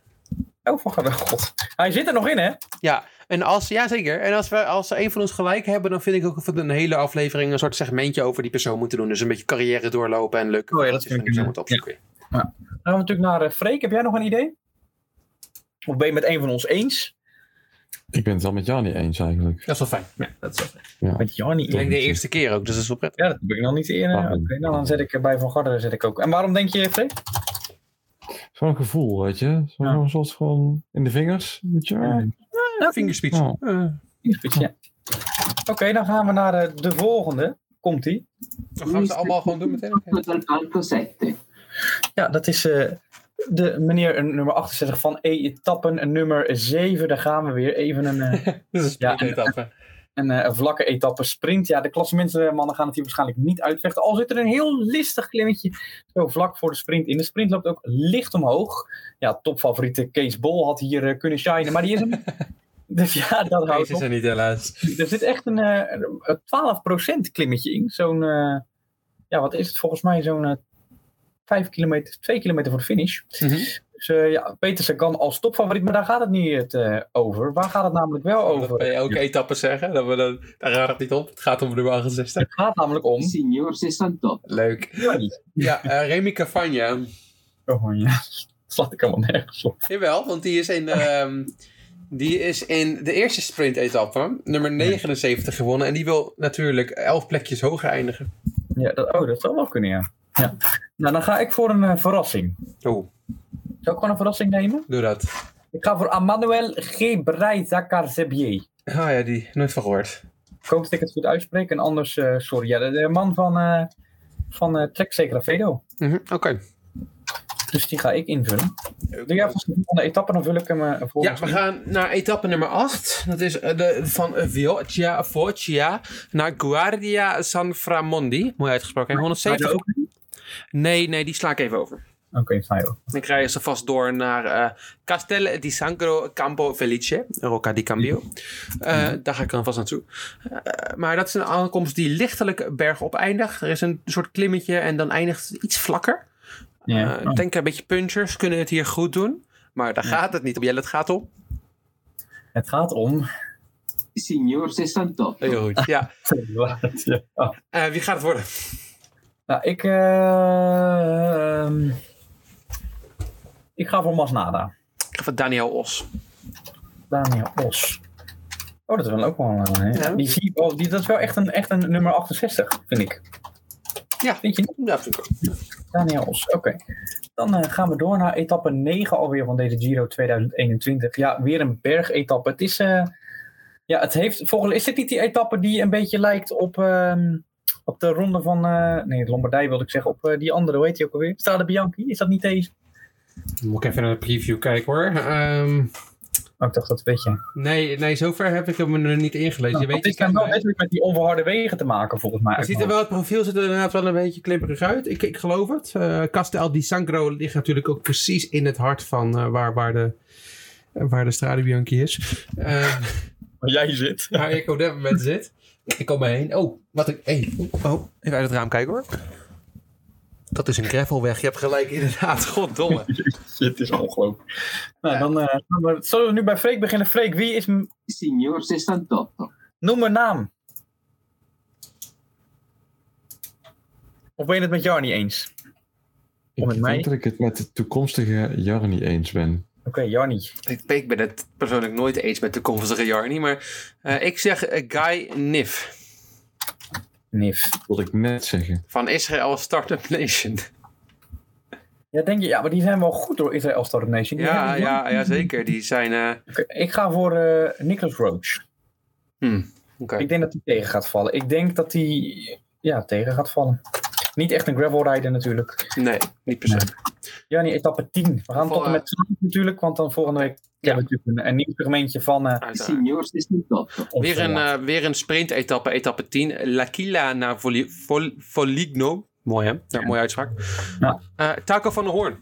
D: oh, van God. God. Hij zit er nog in, hè?
B: Ja, en als, ja zeker. En als we als een van ons gelijk hebben, dan vind ik ook dat we een hele aflevering een soort segmentje over die persoon moeten doen. Dus een beetje carrière doorlopen en leuke
D: Oh ja, dat
B: verhaaltjes van
D: vind ik
B: die persoon
D: een-
B: moeten opzoeken.
D: Dan gaan we natuurlijk naar eh, Freek. Heb jij nog een idee? Of ben je met een van ons eens?
J: Ik ben het al met jou niet eens eigenlijk.
B: Dat is wel fijn.
D: Dat is
J: Ja.
D: Met jou niet
B: Ik denk
D: eens.
B: de eerste keer ook, dus dat is wel prettig.
D: Ja, dat heb ik nog niet eerder.
J: Ah,
D: Oké, nou, dan zet ik er bij Van Garderen zet ik ook. En waarom denk je, Freek?
J: Zo'n gevoel, weet je? Zo'n
D: Ja.
J: soort van in de vingers. Weet je? Nou,
D: Ja.
B: Fingerspeech.
D: Oh.
J: Ja.
D: Ja. Oké, dan gaan we naar eh, de volgende. Komt-ie.
B: Dan gaan we ze allemaal gewoon doen meteen. Oké.
I: Dal Alto 7.
D: Ja, dat is eh, de meneer nummer 68 van E-etappen nummer 7. Daar gaan we weer even een... eh,
B: Dat is
D: Ja.
B: een etappe.
D: Een, eh, een vlakke etappe sprint. Ja, de klassementsmannen gaan het hier waarschijnlijk niet uitvechten. Al zit er een heel listig klimmetje zo vlak voor de sprint in. De sprint loopt ook licht omhoog. Ja, topfavoriete Kees Bol had hier eh, kunnen shinen, maar die is hem niet. Dus ja, dat houdt
K: Deze
D: op.
K: is er niet helaas.
D: Er zit echt een, eh, een 12% klimmetje in. Zo'n, eh, ja, wat is het volgens mij? Zo'n eh, 5 kilometer, 2 kilometer voor de finish.
K: Mhm.
D: Dus eh, ja, Peter Sagan als topfavoriet, maar daar gaat het niet eh, over. Waar gaat het namelijk wel
K: Dat
D: over?
K: kan je elke etappe zeggen. Dat we dan, daar gaat het niet op. Het gaat om nummer 68.
D: Het gaat namelijk om.
I: Signor 68.
K: Leuk. Ja, eh, Remy Cavagna.
D: Oh ja, dat slaat ik allemaal nergens op.
K: Jawel, want die is in, ehm, die is in de eerste sprint-etappe, nummer 79 gewonnen. En die wil natuurlijk 11 plekjes hoger eindigen.
D: Ja, dat, oh, dat zou wel kunnen, ja. ja. Nou, dan ga ik voor een eh, verrassing.
K: Oh,
D: Zou ik gewoon een verrassing nemen?
K: doe dat.
D: Ik ga voor Emmanuel Gebrey Zakarzebie.
K: Ah ja, die nooit van gehoord.
D: Ik hoop dat ik het goed uitspreek. En anders, eh, sorry. Ja, de, de man van, eh van eh Trek Segafredo.
K: Mhm, Oké.
D: Dus die ga ik invullen. Doe jij vast een volgende etappe, dan vul ik hem eh
K: Ja,
D: volgens
K: we gaan naar etappe nummer 8. Dat is eh, de, van eh, Vioggia, Foggia naar Guardia Sanframondi. Mooi uitgesproken. hè? 170. Nee, nee, die sla ik even over.
D: Oké, fijn. hoor.
K: Dan krijgen ze vast door naar eh Castel di Sangro Campo Felice, Rocca di Cambio. Eh, Daar ga ik dan vast naartoe. Eh, maar dat is een aankomst die lichtelijk bergop eindigt. Er is een soort klimmetje en dan eindigt het iets vlakker.
D: Ja. Oh,
K: Eh, Ik denk een beetje punchers kunnen het hier goed doen. Maar daar gaat het niet om. Jelle, het gaat om.
D: Het gaat om.
I: Signor 68.
K: Heel goed. Ja.
D: Ja.
K: Eh, wie gaat het worden?
D: Nou, ik. eh, ehm, ik ga voor Masnada.
K: Ik ga voor Daniel Os.
D: Daniel Os. Oh, dat is wel ook wel. een, eh,
K: Ja.
D: die zie ik wel- die, dat is wel echt een, echt een nummer 68, vind ik.
K: Ja.
D: Vind je niet?
K: Ja, vind ik ook.
D: Daniel Os, oké. Dan eh, gaan we door naar etappe 9 alweer van deze Giro 2021. Ja, weer een bergetappe. Het is, eh, ja, het heeft, volgens, is dit niet die etappe die een beetje lijkt op, ehm, op de ronde van, eh, nee, Lombardij wilde ik zeggen, op eh, die andere, hoe heet die ook alweer? Strade Bianchi, is dat niet deze?
K: Moet ik even naar de preview kijken hoor.
B: Ehm,
D: Oh, ik dacht dat weet je.
K: nee, nee, zover heb ik hem er niet ingelezen.
D: Nou, dit kan wel letterlijk met die onverharde wegen te maken, volgens mij.
K: Hij ziet er wel, het profiel ziet er inderdaad wel een beetje klimperig uit. Ik, ik geloof het. Eh, Castel di Sangro ligt natuurlijk ook precies in het hart van eh, waar, waar de, eh, waar de Strade Bianchi is. Eh,
D: Waar jij zit.
K: waar ik op dit moment zit. Ik kom me heen. Oh, wat ik... Hey. Oh, even uit het raam kijken hoor. Dat is een gravelweg. Je hebt gelijk inderdaad. Goddomme.
D: Dit is ongelooflijk. Nou, dan eh, gaan we- zullen we nu bij Freek beginnen. Freek, wie is, m-
I: Signor 68.
D: Noem een naam. Of ben je het met jou niet eens?
J: Ik
D: met
J: denk
D: mij?
J: dat ik het met de toekomstige Jarni eens ben.
D: Oké, Jannie.
K: ik, ik ben het persoonlijk nooit eens met de toekomstige Jarni. Maar eh, ik zeg eh, Guy Nif.
D: Nif.
J: Dat wilde ik net zeggen.
K: Van Israël Startup Nation.
D: Ja, denk je, ja, maar die zijn wel goed door Israël Startup Nation. Die
K: Ja,
D: hebben-
K: ja, ja zeker. Die zijn... eh,
D: Oké, ik ga voor eh, Nicholas Roach.
K: hmm, oké.
D: Ik denk dat hij tegen gaat vallen. Ik denk dat hij ja, tegen gaat vallen. Niet echt een gravel rider natuurlijk.
K: Nee, niet per se.
D: Jannie, etappe 10. We gaan tot
K: eh,
D: en met 12 natuurlijk, want dan volgende week hebben we natuurlijk een, een nieuw segmentje van... eh,
K: Uiteraard.
I: Signor 68.
D: ons,
K: Weer een,
D: eh,
K: eh, weer een sprint-etappe, etappe 10. L'Aquila naar Voli- Vol- Foligno. Mooi hè? Ja, mooie uitspraak.
D: Ja.
K: Eh, Taco van der Hoorn.
D: Oh,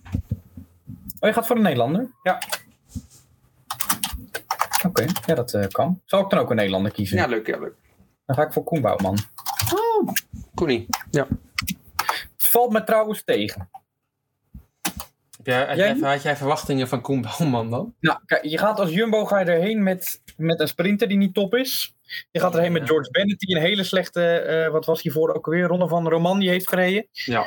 D: je gaat voor een Nederlander? Ja. Oké, ja, dat eh, kan. Zal ik dan ook een Nederlander kiezen?
K: Ja, leuk, ja, leuk.
D: Dan ga ik voor Koen Bouwman.
K: Koenie. Ja.
D: Het valt me trouwens tegen.
K: had,
D: jij-
K: jij, verwachtingen van Koen Bouwman dan?
D: Nou, kijk, je gaat als Jumbo ga je erheen met, met een sprinter die niet top is. Je gaat erheen met
K: Ja.
D: George Bennett, die een hele slechte, eh, wat was hiervoor ook weer, ronde van Romandie heeft gereden.
K: Ja.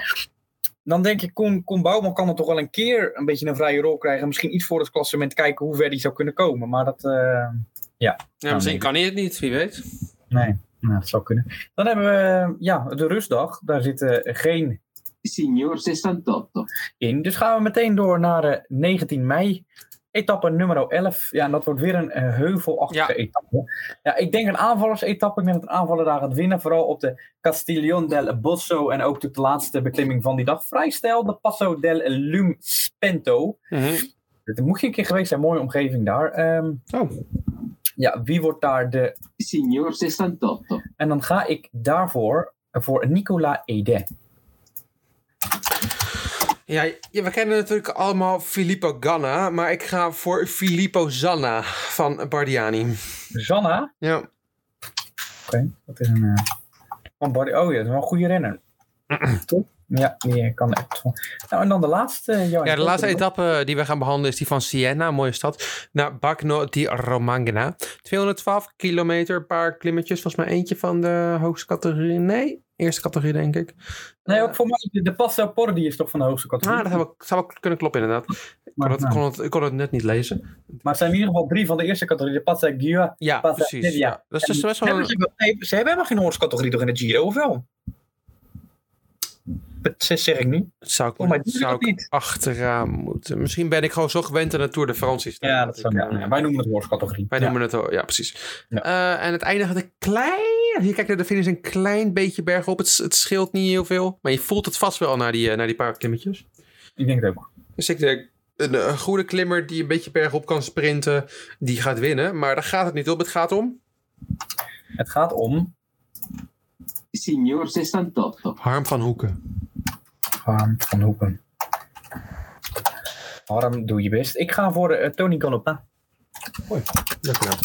D: Dan denk ik, Koen, Koen Bouwman kan er toch wel een keer een beetje een vrije rol krijgen. Misschien iets voor het klassement kijken hoe ver die zou kunnen komen. Maar dat, eh,
K: ja misschien kan hij het niet, wie weet.
D: nee, nou, dat zou kunnen. Dan hebben we, ja, de rustdag. Daar zitten geen
I: Signor 68.
D: in. Dus gaan we meteen door naar eh, 19 mei. Etappe nummer 11. Ja, en dat wordt weer een eh, heuvelachtige
K: Ja.
D: etappe. Ja, ik denk een aanvallersetappe. Ik denk dat een aanvaller daar gaat winnen. Vooral op de Castiglion del Bosso. En ook natuurlijk de laatste beklimming van die dag. Vrij stijl, de Passo del Lum Spento.
K: Mhm.
D: Dat moet je een keer geweest zijn. Mooie omgeving daar. Ehm,
K: Oh.
D: Ja, wie wordt daar de...
I: Signor 68.
D: En dan ga ik daarvoor voor Nicola Ede.
B: Ja, ja, we kennen natuurlijk allemaal Filippo Ganna, maar ik ga voor Filippo Zanna van Bardiani.
D: Zanna?
B: Ja.
D: Oké, dat is een... eh, van Bardi- oh ja, dat is wel een goede renner. Toch? Ja, die kan echt. wel. Nou, en dan de laatste, eh, Jan.
B: Ja, de laatste etappe die we gaan behandelen is die van Siena, een mooie stad, naar Bagno di Romagna. 212 kilometer, een paar klimmetjes, volgens mij eentje van de hoogste categorie. Nee, eerste categorie denk ik.
D: Nee, ook voor mij, de- de Pasta Pordi is toch van de hoogste
B: Ah,
D: categorie.
B: dat zou wel- zou wel kunnen kloppen inderdaad. Ik kon
D: Maar,
B: het,
D: nou.
B: kon het, ik kon het net niet lezen.
D: Maar het zijn in ieder geval drie van de eerste categorie. De Pasta Gia,
B: Ja,
D: Pasta
B: precies.
D: Media.
B: Ja. Dat is
D: En
B: dus best wel...
D: hebben
B: een-
D: ze, wel- nee, ze hebben helemaal geen hoorcategorie toch in de Giro, of wel? Dat zeg zeg ik nu.
B: Zou ik,
D: Oh, maar die
B: zou
D: doet
B: ik
D: niet.
B: achteraan moeten. Misschien ben ik gewoon zo gewend aan het Tour de France systeem.
D: Ja, dat zou
B: ik,
D: kunnen.
B: eh,
D: Ja, Wij noemen het hoorcategorie.
B: Wij
D: Ja.
B: noemen het al, ja, precies. Eh, en het eindigt een klein. Als je kijkt naar de finish, een klein beetje bergop. Het, het scheelt niet heel veel. Maar je voelt het vast wel naar die, eh, naar die paar klimmetjes.
D: Ik denk het ook.
B: Dus ik denk, een, eh, goede klimmer die een beetje bergop kan sprinten, die gaat winnen. Maar daar gaat het niet om. Het gaat om
D: Het gaat om
I: Signor 68.
B: Harm van Hoeken.
D: Harm van Hoeken. Harm, doe je best. Ik ga voor eh, Tony Galopin.
B: Dank u wel.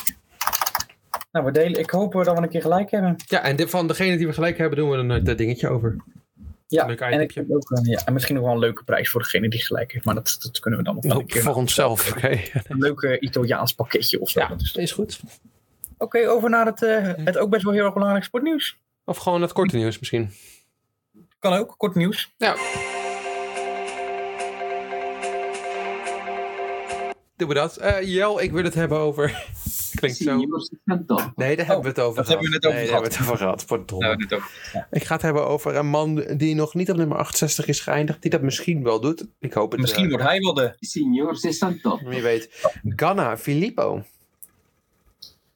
D: Nou, we delen. Ik hoop eh, dat we een keer gelijk hebben.
B: Ja, en de- van degene die we gelijk hebben, doen we een eh, dat dingetje over.
D: Ja,
B: Leuk
D: en, ik
B: itemje.
D: heb ook, eh, ja, en misschien nog wel een leuke prijs voor degene die gelijk heeft. Maar dat, dat kunnen we dan nog wel een
B: Ook
D: keer.
B: voor onszelf. Oké,
D: Een leuk eh, Italiaans pakketje of zo.
B: Ja.
D: Dat is-
B: is goed.
D: Oké, over naar het, eh, het ook best wel heel erg belangrijk sportnieuws.
B: Of gewoon het korte nieuws misschien.
D: Kan ook, kort nieuws.
B: Doen we dat? Eh, Jel, ik wil het hebben over. Klinkt zo.
I: Signor 68.
B: Nee, daar Oh, hebben we het over gehad. Nou,
D: dat hebben we net over
B: nee,
D: gehad.
B: Daar hebben we het over gehad. Verdomme.
D: Nou, dit ook.
B: Ik ga het hebben over een man die nog niet op nummer 68 is geëindigd. Die dat misschien wel doet. Ik hoop het.
D: Misschien
B: eh,
D: wordt hij wel de...
I: Signor 68.
B: Wie weet. Ganna, Filippo.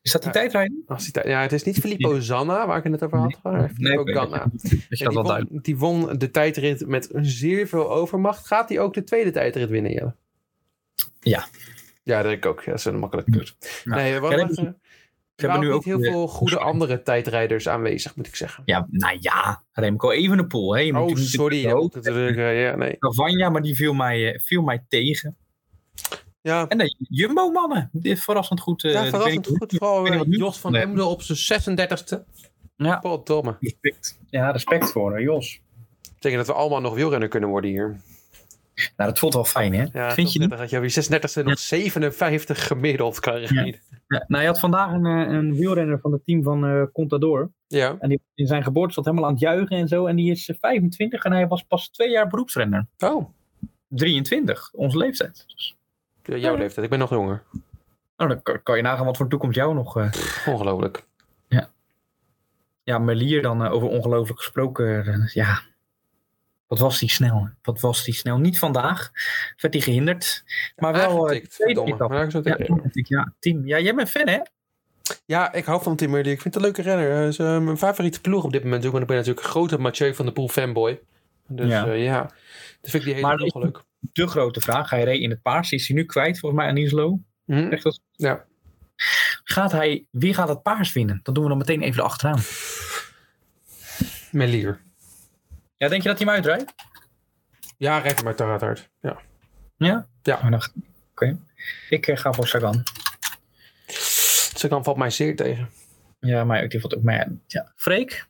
D: Is dat die
B: Ja.
D: tijdrijden?
B: Als die tijd- ja, het is niet Filippo Zanna waar ik het net over had. Maar Filippo
D: oké.
B: Ganna.
D: Is
B: En die,
D: dat wel
B: won,
D: duidelijk?
B: die won de tijdrit met zeer veel overmacht. Gaat hij ook de tweede tijdrit winnen, Jelle?
D: Ja.
B: Ja, dat denk ik ook. Ja, dat is een makkelijke keuze.
D: Ja.
B: Nee, wat
D: Ja,
B: ja,
D: dat is-
B: er
D: Ze
B: waren
D: hebben nu
B: niet
D: ook...
B: heel veel goede andere tijdrijders aanwezig, moet ik zeggen.
D: Ja, nou ja. Remco Evenepoel. Hè. Je moet
B: Oh,
D: natuurlijk
B: sorry.
D: niet-
B: Ja, moet natuurlijk, eh, ja, nee.
D: Cavagna, maar die viel mij, eh, viel mij tegen.
B: ja,
D: En de Jumbo-mannen. Dit is verrassend goed. eh,
B: ja,
D: ik
B: verrassend
D: weet niet-
B: goed. Vooral
D: weet niet
B: eh,
D: wat nu-
B: Jos van
D: Nee.
B: Emden op zijn 36e.
D: Ja.
B: Potdomme.
D: Respect. Ja, respect voor eh, Jos.
B: Betekent dat we allemaal nog wielrenner kunnen worden hier.
D: Nou, dat voelt wel fijn, hè?
B: Ja,
D: Vind je niet?
B: Dat je op je 36e nog 57 gemiddeld kan rijden.
D: Ja, nou, je had vandaag een, eh, een wielrenner van het team van eh, Contador.
B: Ja.
D: En die was in zijn geboortestad helemaal aan het juichen en zo. En die is eh, 25 en hij was pas twee jaar beroepsrenner.
B: Oh,
D: 23, onze leeftijd.
B: ja, jouw leeftijd. Ik ben nog jonger.
D: Nou, dan kan- kan je nagaan wat voor toekomst jou nog... eh,
B: Ongelooflijk.
D: Ja, Melier dan eh, over ongelooflijk gesproken. eh, ja, wat was die snel? Wat was die snel? Niet vandaag. Werd hij gehinderd. Maar wel eh, de
B: Aangetikt,
D: tweede
B: verdomme.
D: etappe.
B: Maar ik zou
D: Ja,
B: het-
D: aangetikt, ja, team. Ja, jij bent fan, hè?
B: Ja, ik hou van Tim Merlier. Ik vind het een leuke renner. Hij is eh, mijn favoriete ploeg op dit moment ook. Want ik ben natuurlijk een grote Mathieu van der Poel fanboy. Dus ja,
D: Ja.
B: ja. dus vind ik die hele
D: Maar-
B: ploeg wel leuk.
D: De grote vraag. Hij reed in het paars. Is hij nu kwijt, volgens mij, aan Islo?
B: Hm?
D: Echt dat-
B: Ja.
D: Gaat hij, wie gaat het paars winnen? Dat doen we dan meteen even erachteraan.
B: Merlier.
D: Ja, denk je dat hij hem uitrijdt?
B: Ja, rijd hem maar Tarat hard. Ja.
D: Ja?
B: Ja.
D: Oh, dan- Oké. Ik eh, ga voor Sagan.
B: Sagan valt mij zeer tegen.
D: Ja, maar die valt ook mij aan. Ja. Freek?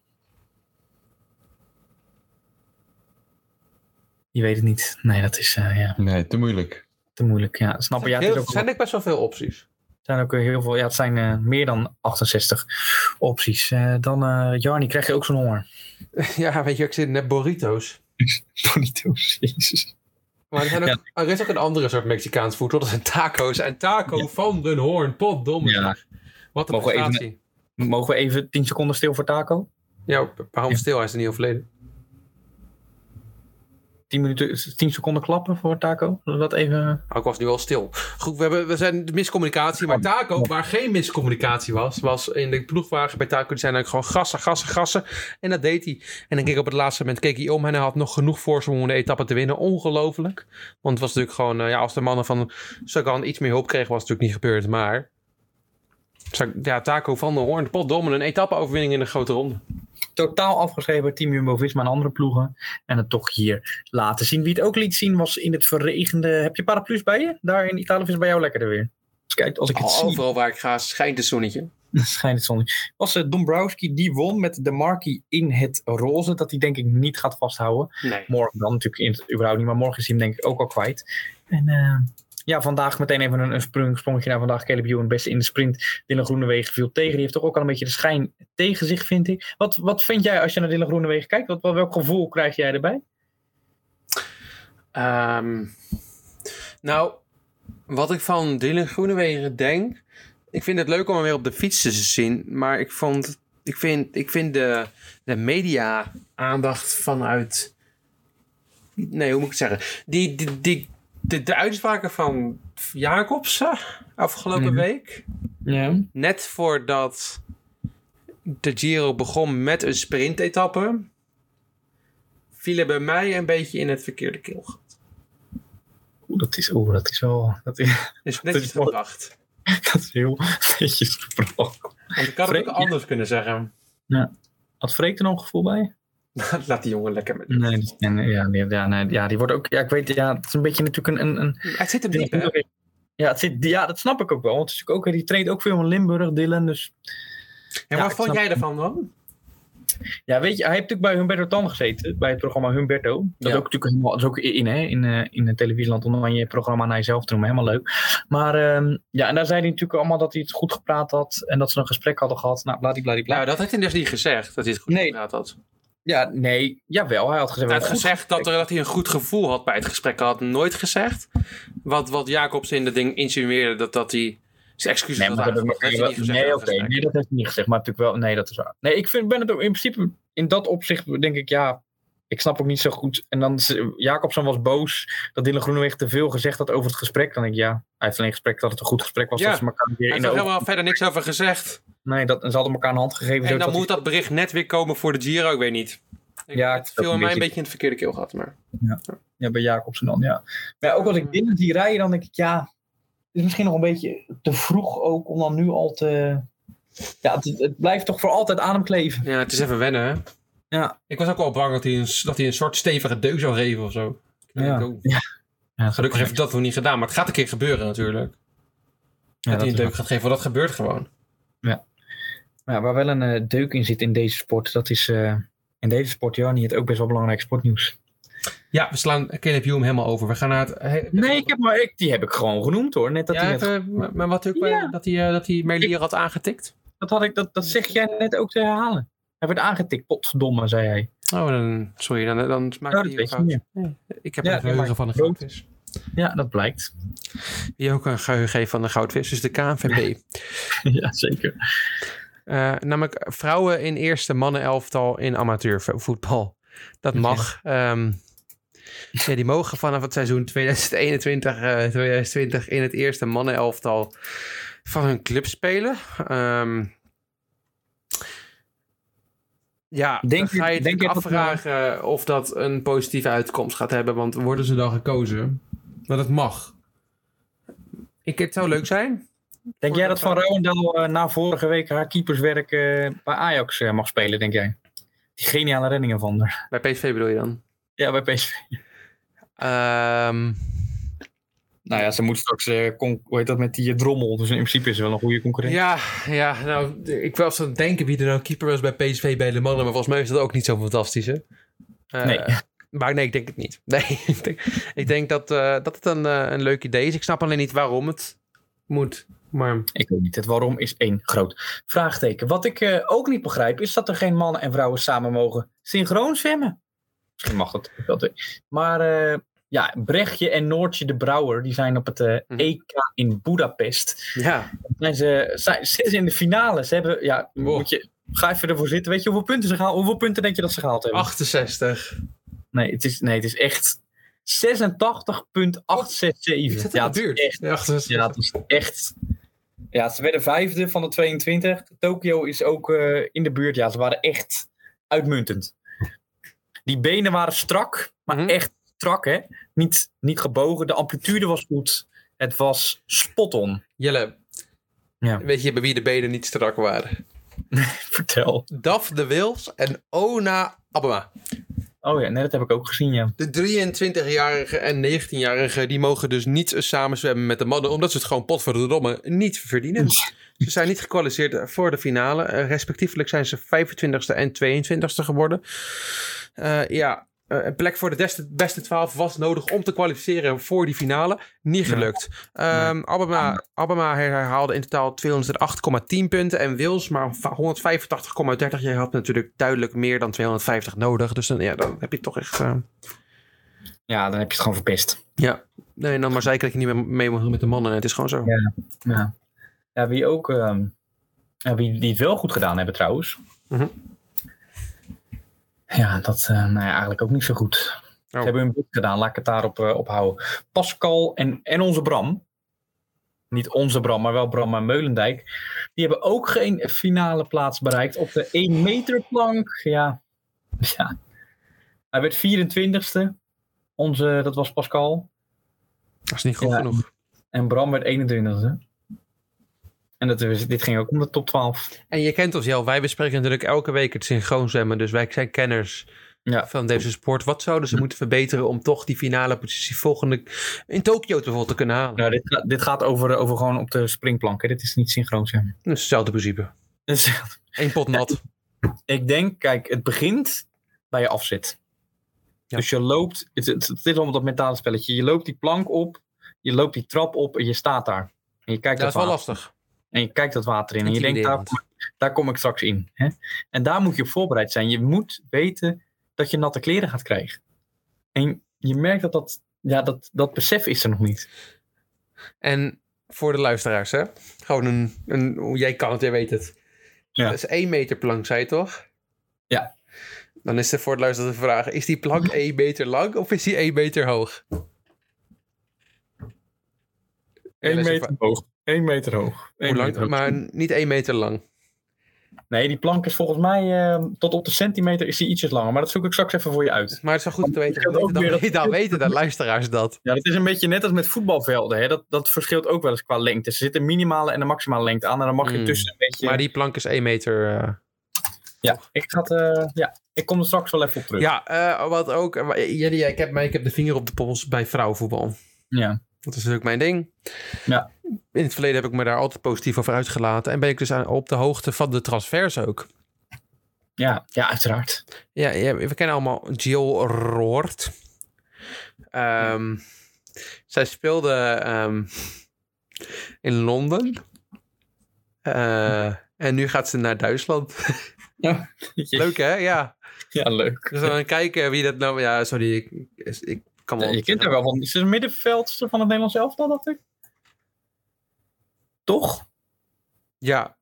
D: Je weet het niet. Nee, dat is eh, ja,
J: Nee, te moeilijk.
D: te moeilijk. Ja, snap je. Ja, het is
B: Heel,
D: ook,
B: zijn er best wel veel opties.
D: zijn ook heel veel. Ja, het zijn eh, meer dan 68 opties. Eh, dan, eh Jarni, krijg je ook zo'n honger?
B: ja, weet je, ik zit net burritos.
D: Bonito's, jezus.
B: Maar er, zijn ook, er is ook een andere soort Mexicaans voedsel. Dat zijn taco's. En taco van den Hoorn. Potdomme.
D: Ja.
B: Wat een
D: Mogen we even-
B: prestatie.
D: Mogen we even 10 seconden stil voor Taco?
B: Ja, waarom stil? Hij is er niet overleden.
D: 10, minuten, 10 seconden klappen voor Taco? Zullen we dat even...
B: Ook Oh, was nu wel stil. Goed, we, hebben, we zijn de miscommunicatie. Maar Taco, waar geen miscommunicatie was, was in de ploegwagen bij Taco. Die zijn eigenlijk gewoon gassen, gassen, gassen. En dat deed hij. En dan keek op het laatste moment keek hij om. En hij had nog genoeg voorsprong om de etappe te winnen. Ongelooflijk. Want het was natuurlijk gewoon, eh, ja, als de mannen van Sagan iets meer hulp kregen, was het natuurlijk niet gebeurd. Maar
K: Zou ik- Ja, Taco van der Hoorn, potdomme, een etappe-overwinning in de grote ronde.
D: Totaal afgeschreven bij Team Jumbo-Visma en andere ploegen. En het toch hier laten zien. Wie het ook liet zien was in het verregende... Heb je paraplu's bij je? Daar in Italië is het bij jou lekkerder weer. Dus kijk, als ik het zie...
K: Overal waar ik ga schijnt het zonnetje.
D: Schijnt het zonnetje. Was eh, Dombrowski die won met de Marquis in het roze. Dat hij denk ik niet gaat vasthouden.
K: Nee.
D: Morgen dan natuurlijk in het, überhaupt niet. Maar morgen is hij hem denk ik ook al kwijt. En eh, ja, vandaag meteen even een, een sprong, sprongetje naar vandaag. Caleb Ewan beste in de sprint. Dylan Groenewegen viel tegen. Die heeft toch ook al een beetje de schijn tegen zich, vind ik. Wat, wat vind jij als je naar Dylan Groenewegen kijkt? Wat, wat- welk gevoel krijg jij erbij?
K: Ehm, nou, wat ik van Dylan Groenewegen denk... Ik vind het leuk om hem weer op de fiets te zien. Maar ik, vond, ik vind, ik vind de, de media-aandacht vanuit... Nee, hoe moet ik het zeggen? Die, die, die, de, de uitspraken van Jacobsen afgelopen
D: Mhm.
K: week...
D: Ja.
K: Net voordat de Giro begon met een sprintetappe... vielen bij mij een beetje in het verkeerde keelgat.
D: Oeh, dat is, oeh, dat is wel... Dat is,
K: Is
D: Dat
K: Dus netjes
D: is mooi.
K: gebracht.
D: dat is heel netjes gebroken.
K: Want ik had het
D: Freek,
K: ook anders kunnen zeggen.
D: Had Freek er nog een gevoel bij?
K: Laat die jongen lekker met.
D: Nee, die- nee, nee, ja, nee, ja, nee, ja, die wordt ook. Ja, ik weet, ja, het is een beetje natuurlijk een. een, een
K: Het zit hem diep, hè?
D: ja, het zit, ja, dat snap ik ook wel. Want het is natuurlijk ook, die traint ook veel in Limburg, Dylan. Dus
K: En
D: Ja,
K: wat
D: ik
K: vond
D: snap
K: jij ervan dan?
D: ja, weet je, hij heeft natuurlijk bij Humberto Tan gezeten, bij het programma Humberto. Dat
K: Ja.
D: ook natuurlijk helemaal, dat is ook in, hè, in, eh, in het televisieland om dan je programma naar jezelf te noemen. Helemaal leuk. Maar ehm, ja, en daar zei hij natuurlijk allemaal dat hij het goed gepraat had en dat ze een gesprek hadden gehad. Nou, bladibladibla.
K: Nou, dat heeft hij dus niet gezegd, dat hij het goed
D: Nee.
K: gepraat had.
D: Ja, nee, jawel, hij had gezegd.
K: Hij
D: "Wat
K: had
D: Nou, goed
K: gezegd dat, er, dat hij een goed gevoel had bij het gesprek. Hij had nooit gezegd wat, wat Jacobs in dat ding insinueerde, dat, dat hij zijn excuses
D: Nee,
K: had
D: maar dat heb ik
K: aangeboden.
D: nog
K: Dat heeft hij
D: niet
K: niet gezegd
D: Nee, oké.
K: in het gesprek.
D: Nee, dat heeft hij niet gezegd. Maar natuurlijk wel. Nee, dat is waar. Nee, ik vind, ben het ook in principe. In dat opzicht denk ik, ja. Ik snap ook niet zo goed. En dan is- Jacobson was boos dat Dylan Groeneweg te veel gezegd had over het gesprek. Dan denk ik, ja, hij heeft alleen gesprek dat het een goed gesprek was.
K: Ja.
D: Dat ze elkaar weer
K: Hij
D: in
K: heeft
D: de
K: er
D: ogen-
K: helemaal verder niks over gezegd.
D: Nee, dat, en ze hadden elkaar een hand gegeven.
K: En
D: zodat
K: dan
D: hij-
K: moet dat bericht net weer komen voor de Giro, ik weet niet. Ik,
D: Ja,
K: het
D: ik ook
K: viel
D: een
K: mij een
D: beetje-
K: beetje in het verkeerde keelgat, maar...
D: Ja, bij Jacobsen dan, ja. Maar ja, ook als ik binnen die rijden, dan denk ik, ja, het is misschien nog een beetje te vroeg ook om dan nu al te... Ja, het, het blijft toch voor altijd aan hem kleven.
K: Ja, het is even wennen, hè?
D: Ja.
K: Ik was ook wel bang dat hij een, dat hij een soort stevige deuk zou geven of zo.
D: Ja.
K: Ik ook.
D: Ja,
K: Gelukkig heeft hij dat nog niet gedaan, maar het gaat een keer gebeuren natuurlijk.
D: Ja,
K: dat, hij
D: is
K: een deuk gaat geven, want dat gebeurt gewoon.
D: Ja, waar wel een eh, deuk in zit in deze sport, dat is eh, in deze sport, Jarnie, het ook best wel belangrijk sportnieuws.
K: Ja, we slaan Caleb Hume helemaal over. We gaan naar het... he-
D: Nee, ik heb maar, ik, die heb ik gewoon genoemd hoor. Net dat,
K: ja,
D: hij net-
K: even, maar- maar wat ook bij-
D: eh, Ja.
K: dat hij, eh, dat hij Merlier had aangetikt.
D: dat, had ik, dat, dat zeg jij net ook te herhalen. Hij werd aangetikt, potverdomme, zei hij.
K: Oh, dan, sorry, dan, dan maak
D: Oh, dat
K: ik die een
D: weet je niet
K: fout.
D: meer.
K: Ik heb
D: Ja,
K: een
D: dat
K: geheugen
D: maakt
K: van een
D: niet uit.
K: goudvis.
D: Ja, dat blijkt.
K: Die ook een geheugen heeft van een goudvis, dus de KNVB.
D: ja, zeker.
K: Eh, namelijk vrouwen in eerste mannenelftal in amateurvoetbal. Dat mag. Ehm, ja, die mogen vanaf het seizoen 2021, eh, 2020 in het eerste mannenelftal van hun club spelen. Ehm, ja,
D: Denk
K: dan ga
D: je-
K: je, je
D: denk je dat,
B: eh,
K: afvragen of dat een positieve uitkomst gaat hebben. Want worden ze dan gekozen? Maar dat mag. Ik, het zou leuk zijn.
D: Denk jij dat Van Rouwendaal eh, na vorige week haar keeperswerk eh, bij Ajax eh, mag spelen, denk jij? Die geniale reddingen van haar.
K: Bij PSV bedoel je dan?
D: Ja, bij PSV.
K: Ehm,
D: Nou ja, ze moet straks, eh, con- hoe heet dat, met die eh, drommel. Dus in principe is ze wel een goede concurrent.
K: Ja, ja, nou, d- ik was aan het denken wie er nou keeper was bij PSV bij de mannen, maar volgens mij is dat ook niet zo fantastisch, hè? Eh,
D: Nee.
K: Maar nee, ik denk het niet. Nee, ik denk, ik denk dat, eh, dat het een, eh, een leuk idee is. Ik snap alleen niet waarom het moet. Maar
D: Ik weet niet. Het waarom is één groot vraagteken. Wat ik eh, ook niet begrijp, is dat er geen mannen en vrouwen samen mogen synchroon zwemmen. Misschien mag dat. ik dat weet. Maar eh, ja, Brechtje en Noortje de Brouwer, die zijn op het eh,
K: Mhm.
D: EK in Budapest.
K: ja,
D: Zijn ze, zijn, zitten ze in de finale. Ze hebben, ja,
K: Wow.
D: moet je, ga even ervoor zitten. Weet je hoeveel punten ze gehaald Hoeveel punten denk je dat ze gehaald hebben?
K: 68.
D: Nee, het is, nee, het is echt 86,867.
K: Ik zit
D: ja,
K: in
D: het
K: de
D: is
K: buurt.
D: echt
K: Ja, 68.
D: ja, dat is echt. Ja, ze werden vijfde van de 22. Tokio is ook eh, in de buurt. Ja, ze waren echt uitmuntend. Die benen waren strak, maar
K: Mhm.
D: echt strak, hè? Niet, niet gebogen. De amplitude was goed. Het was spot on.
K: Jelle,
B: Weet je bij wie de benen niet strak waren?
D: Vertel.
B: Daf de Wils en Ona Abema.
D: Oh ja, nee, dat heb ik ook gezien, ja.
B: De 23-jarige en 19-jarige die mogen dus niet samen zwemmen met de mannen, omdat ze het gewoon potverdomme niet verdienen. Ze zijn niet gekwalificeerd voor de finale. Eh, respectievelijk zijn ze 25ste en 22ste geworden. Eh, ja, eh, een plek voor de des- beste 12 was nodig om te kwalificeren voor die finale. Niet gelukt. Ehm Abema, Abema herhaalde in totaal 208,10 punten en Wils maar 185,30. Je had natuurlijk duidelijk meer dan 250 nodig. Dus dan, ja, dan heb je toch echt... eh,
D: Ja, dan heb je het gewoon verpest.
B: ja, nee, dan maar zeker dat je niet meer mee mag doen met de mannen. Het is gewoon zo.
D: Ja. Ja, ja wie ook... ehm, ja, wie, die het wel goed gedaan hebben trouwens.
B: Mhm.
D: Ja, dat eh nou ja, eigenlijk ook niet zo goed. Ze hebben hun best gedaan, laat ik het daarop eh, ophouden. Pascal en, en onze Bram. Niet onze Bram, maar wel Bram en Meulendijk. Die hebben ook geen finale plaats bereikt op de 1 meter plank. Ja. ja. Hij werd 24ste. Onze, dat was Pascal.
B: Dat is niet goed
D: Ja.
B: genoeg.
D: En Bram werd 21ste. En dat, is- dit ging ook om de top 12.
B: En je kent ons, Jel. Wij bespreken natuurlijk elke week het synchroon zwemmen. Dus wij zijn kenners
D: Ja.
B: van deze sport. Wat zouden ze moeten verbeteren om toch die finale positie volgende in Tokio bijvoorbeeld te kunnen halen?
D: Nou, dit, ga- dit gaat over, eh, over gewoon op de springplanken. Dit is niet synchroon zwemmen.
B: Dat is hetzelfde principe.
D: Dus-
B: Eén pot nat.
D: Ik denk, kijk, het begint bij je afzit.
B: Ja.
D: Dus je loopt, het, het, het is allemaal dat mentale spelletje. Je loopt die plank op, je loopt die trap op en je staat daar. En je kijkt
B: Dat
D: dat,
B: is wel
D: water,
B: lastig.
D: en je kijkt dat water in. En je denkt, daar,
B: Intimiderend.
D: daar kom ik straks in. Hè? En daar moet je op voorbereid zijn. Je moet weten dat je natte kleren gaat krijgen. En je merkt dat dat, ja, dat, dat besef is er nog niet.
B: En voor de luisteraars, hè? Gewoon een, een. Jij kan het, jij weet het.
D: Ja.
B: Dat is één meter plank, zei je toch?
D: Ja.
B: Dan is er voor de luisteraars de vraag: is die plank 1 meter lang of is die 1 meter hoog?
D: Eén
B: dat is een
D: hoog. Eén meter hoog. Eén
B: Hoe lang?
D: meter hoog.
B: Maar niet 1 meter lang.
D: Nee, die plank is volgens mij eh, tot op de centimeter is die ietsjes langer. Maar dat zoek ik straks even voor je uit.
B: Maar het is wel goed om te weten. Dan
D: Dat ook
B: weten, dan,
D: weer dat-
B: dan weten de luisteraars dat.
D: Ja, dat is een beetje net als met voetbalvelden. Hè? Dat, dat verschilt ook wel eens qua lengte. Er zit een minimale en een maximale lengte aan. En dan mag je
B: Hmm.
D: tussen een beetje...
B: Maar die plank is 1 meter. eh,
D: ja, ik ga het, eh, ja, ik kom er straks wel even op terug.
B: Ja, eh, wat ook. eh, wa- Jullie, jij- ik heb, mij- ik heb de vinger op de pols bij vrouwenvoetbal.
D: Ja.
B: Dat is natuurlijk mijn ding.
D: Ja.
B: In het verleden heb ik me daar altijd positief over uitgelaten. En ben ik dus aan- op de hoogte van de transfers ook.
D: Ja, ja, uiteraard.
B: Ja, ja, we kennen allemaal Jill Roort. Ehm, Zij speelde ehm, in Londen. Eh, En nu gaat ze naar Duitsland. Leuk hè? Ja.
D: Ja, leuk.
B: Dus we gaan kijken wie dat nou... Ja, sorry. Ik, ik kan wel...
D: je kent er wel van. Is het een middenveldster van het Nederlands elftal, dacht ik? Toch?
B: Ja.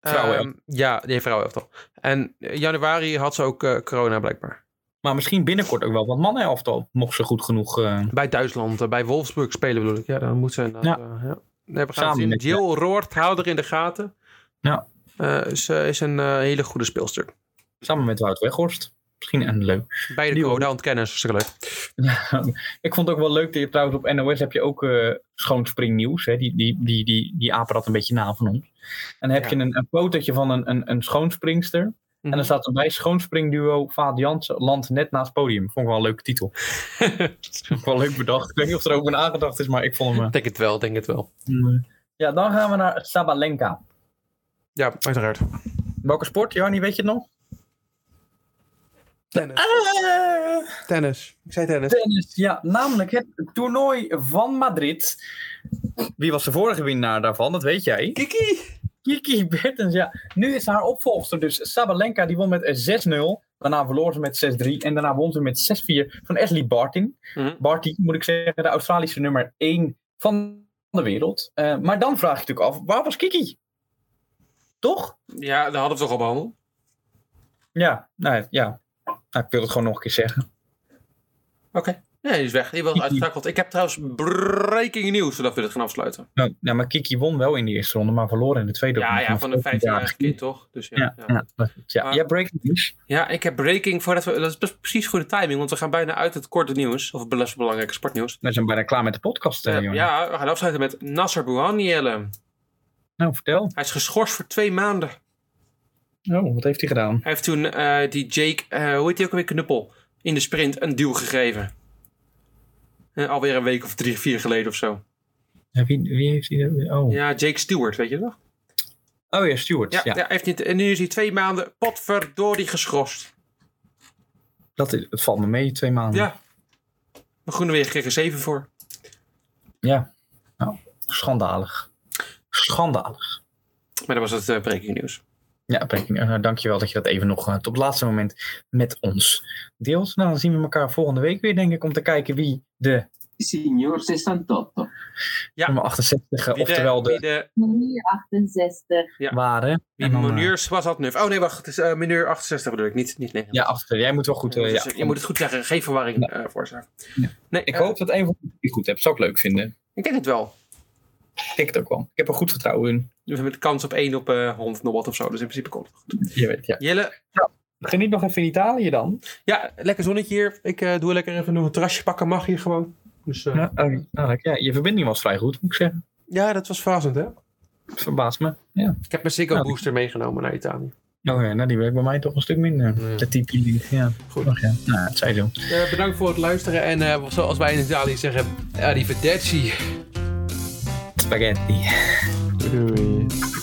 D: Vrouwenelftal.
B: Ehm, ja, nee, vrouwenelftal. En eh, januari had ze ook eh, corona blijkbaar.
D: Maar misschien binnenkort ook wel. Want mannenelftal mocht ze goed genoeg... eh,
B: Bij Duitsland, eh, bij Wolfsburg spelen bedoel ik. Ja, dan moet ze inderdaad... Ja. ja. Nee, we gaan het
D: Samen
B: zien.
D: met-
B: Jill Roord, hou er in de gaten.
D: Ja.
B: Eh, ze is een eh, hele goede speelster.
D: samen met Wout Weghorst. Misschien een leuk.
B: Beide
D: Die
B: corona ontkennen, is hartstikke leuk.
D: Ja, ik vond het ook wel leuk dat je trouwens op NOS heb je ook eh schoonspringnieuws. Hè? Die, die, die, die, die apen dat een beetje na van ons. En dan heb
B: Ja.
D: je een, een fotootje van een, een, een schoonspringster. En dan staat erbij schoonspringduo Vaad Jansen landt net naast het podium. Vond ik wel een leuke titel. vond ik wel leuk bedacht. Ik weet niet of er ook een aangedacht is, maar ik vond hem... eh,
B: Denk het wel, denk het wel.
D: Ja, dan gaan we naar Sabalenka.
B: Ja, uiteraard.
D: Welke sport, Jarni, weet je het nog?
B: Tennis.
D: Ah!
B: Tennis. Ik zei tennis.
D: tennis, ja. Namelijk het toernooi van Madrid. Wie was de vorige winnaar daarvan? Dat weet jij.
B: Kiki!
D: Kiki Bertens, ja. Nu is haar opvolgster dus Sabalenka. Die won met eh, 6-0. Daarna verloor ze met 6-3. En daarna won ze met 6-4 van Ashley Barty.
B: Mhm.
D: Barty, moet ik zeggen, de Australische nummer 1 van de wereld. Eh, maar dan vraag je natuurlijk af, waar was Kiki? Toch?
B: Ja, daar hadden we toch al behandeld.
D: Ja, nou ja, ja. Nou, ik wil het gewoon nog een keer zeggen.
B: Oké. Nee, die is weg. Die was uitgetakeld. Ik heb trouwens breaking nieuws, zodat we dit gaan afsluiten.
D: Nou, ja, maar Kiki won wel in de eerste ronde, maar verloor in de tweede
B: Ja,
D: ronde.
B: ja, van een 15-jarige kind, toch? Dus ja,
D: Ja,
B: ja.
D: ja. ja. ja.
B: Maar-
D: ja breaking news.
B: Ja, ik heb breaking voordat we. Dat is best precies goede timing, want we gaan bijna uit het korte nieuws. Of best belangrijke sportnieuws.
D: We zijn bijna klaar met de podcast, eh,
B: Eh,
D: jongen.
B: ja, we gaan afsluiten met Nasser Bouhannielem.
D: Nou, vertel.
K: Hij is geschorst voor twee maanden.
D: Oh, wat heeft hij gedaan?
K: Hij heeft toen eh, die Jake, eh, hoe heet hij ook alweer, Knuppel, in de sprint een duw gegeven. Eh, alweer een week of drie, vier geleden of zo.
D: Ja, wie, wie heeft hij... Oh.
K: Ja, Jake Stewart, weet je nog?
D: oh ja, Stuart.
K: Ja,
D: Ja,
K: ja. hij heeft niet, en nu is hij twee maanden potverdorie geschorst.
D: Dat is, het valt me mee, twee maanden.
K: Ja. Maar Groenewegen kreeg er zeven voor.
D: Ja. Nou, schandalig. Schandalig.
K: Maar dat was het eh, breaking news.
D: Ja, Breaking. Eh, nou, dankjewel dat je dat even nog eh, tot het laatste moment met ons deelt. Nou, dan zien we elkaar volgende week weer, denk ik, om te kijken wie de
L: Signor 68.
K: Ja.
D: nummer 68, eh,
K: Wie de,
D: oftewel de,
K: wie de
G: Manier 68.
K: ja.
D: waren.
K: wie
D: En dan, eh,
K: mineur was had nuf. Oh nee, wacht, het is eh, mineur 68 bedoel ik, niet, niet 9.
D: Ja, achter. Jij moet wel goed. eh, ja.
K: dus Je moet het goed zeggen, geen verwarring eh veroorzaken. Nee,
D: Ik
K: eh,
D: hoop dat een van jullie het goed hebt. Zou ik leuk vinden.
K: ik denk het wel.
D: Ik denk het ook wel. Ik heb er goed vertrouwen in.
K: We hebben de kans op 1 op eh 100 nog wat of zo, dus in principe komt het.
D: Je weet, ja.
K: Jelle,
D: Geniet nog even in Italië dan.
K: ja, lekker zonnetje hier. Ik eh, doe lekker even een terrasje pakken, mag hier gewoon. Dus eh, ja.
D: Ja, eh, nou, ja, je verbinding was vrij goed, moet ik zeggen.
K: dat was verrassend hè.
D: Verbaast me. Ja.
K: Ik heb mijn Ziggo
D: Ja.
K: Booster meegenomen naar Italië.
D: Oh ja, nou, die werkt bij mij toch een stuk minder.
K: Ja.
D: De type link, ja.
K: Goed.
D: Ach ja, nou, het zij zo.
K: Eh, bedankt voor het luisteren en eh, zoals wij in Italië zeggen, arrivederci.
D: Spaghetti.
M: Doei.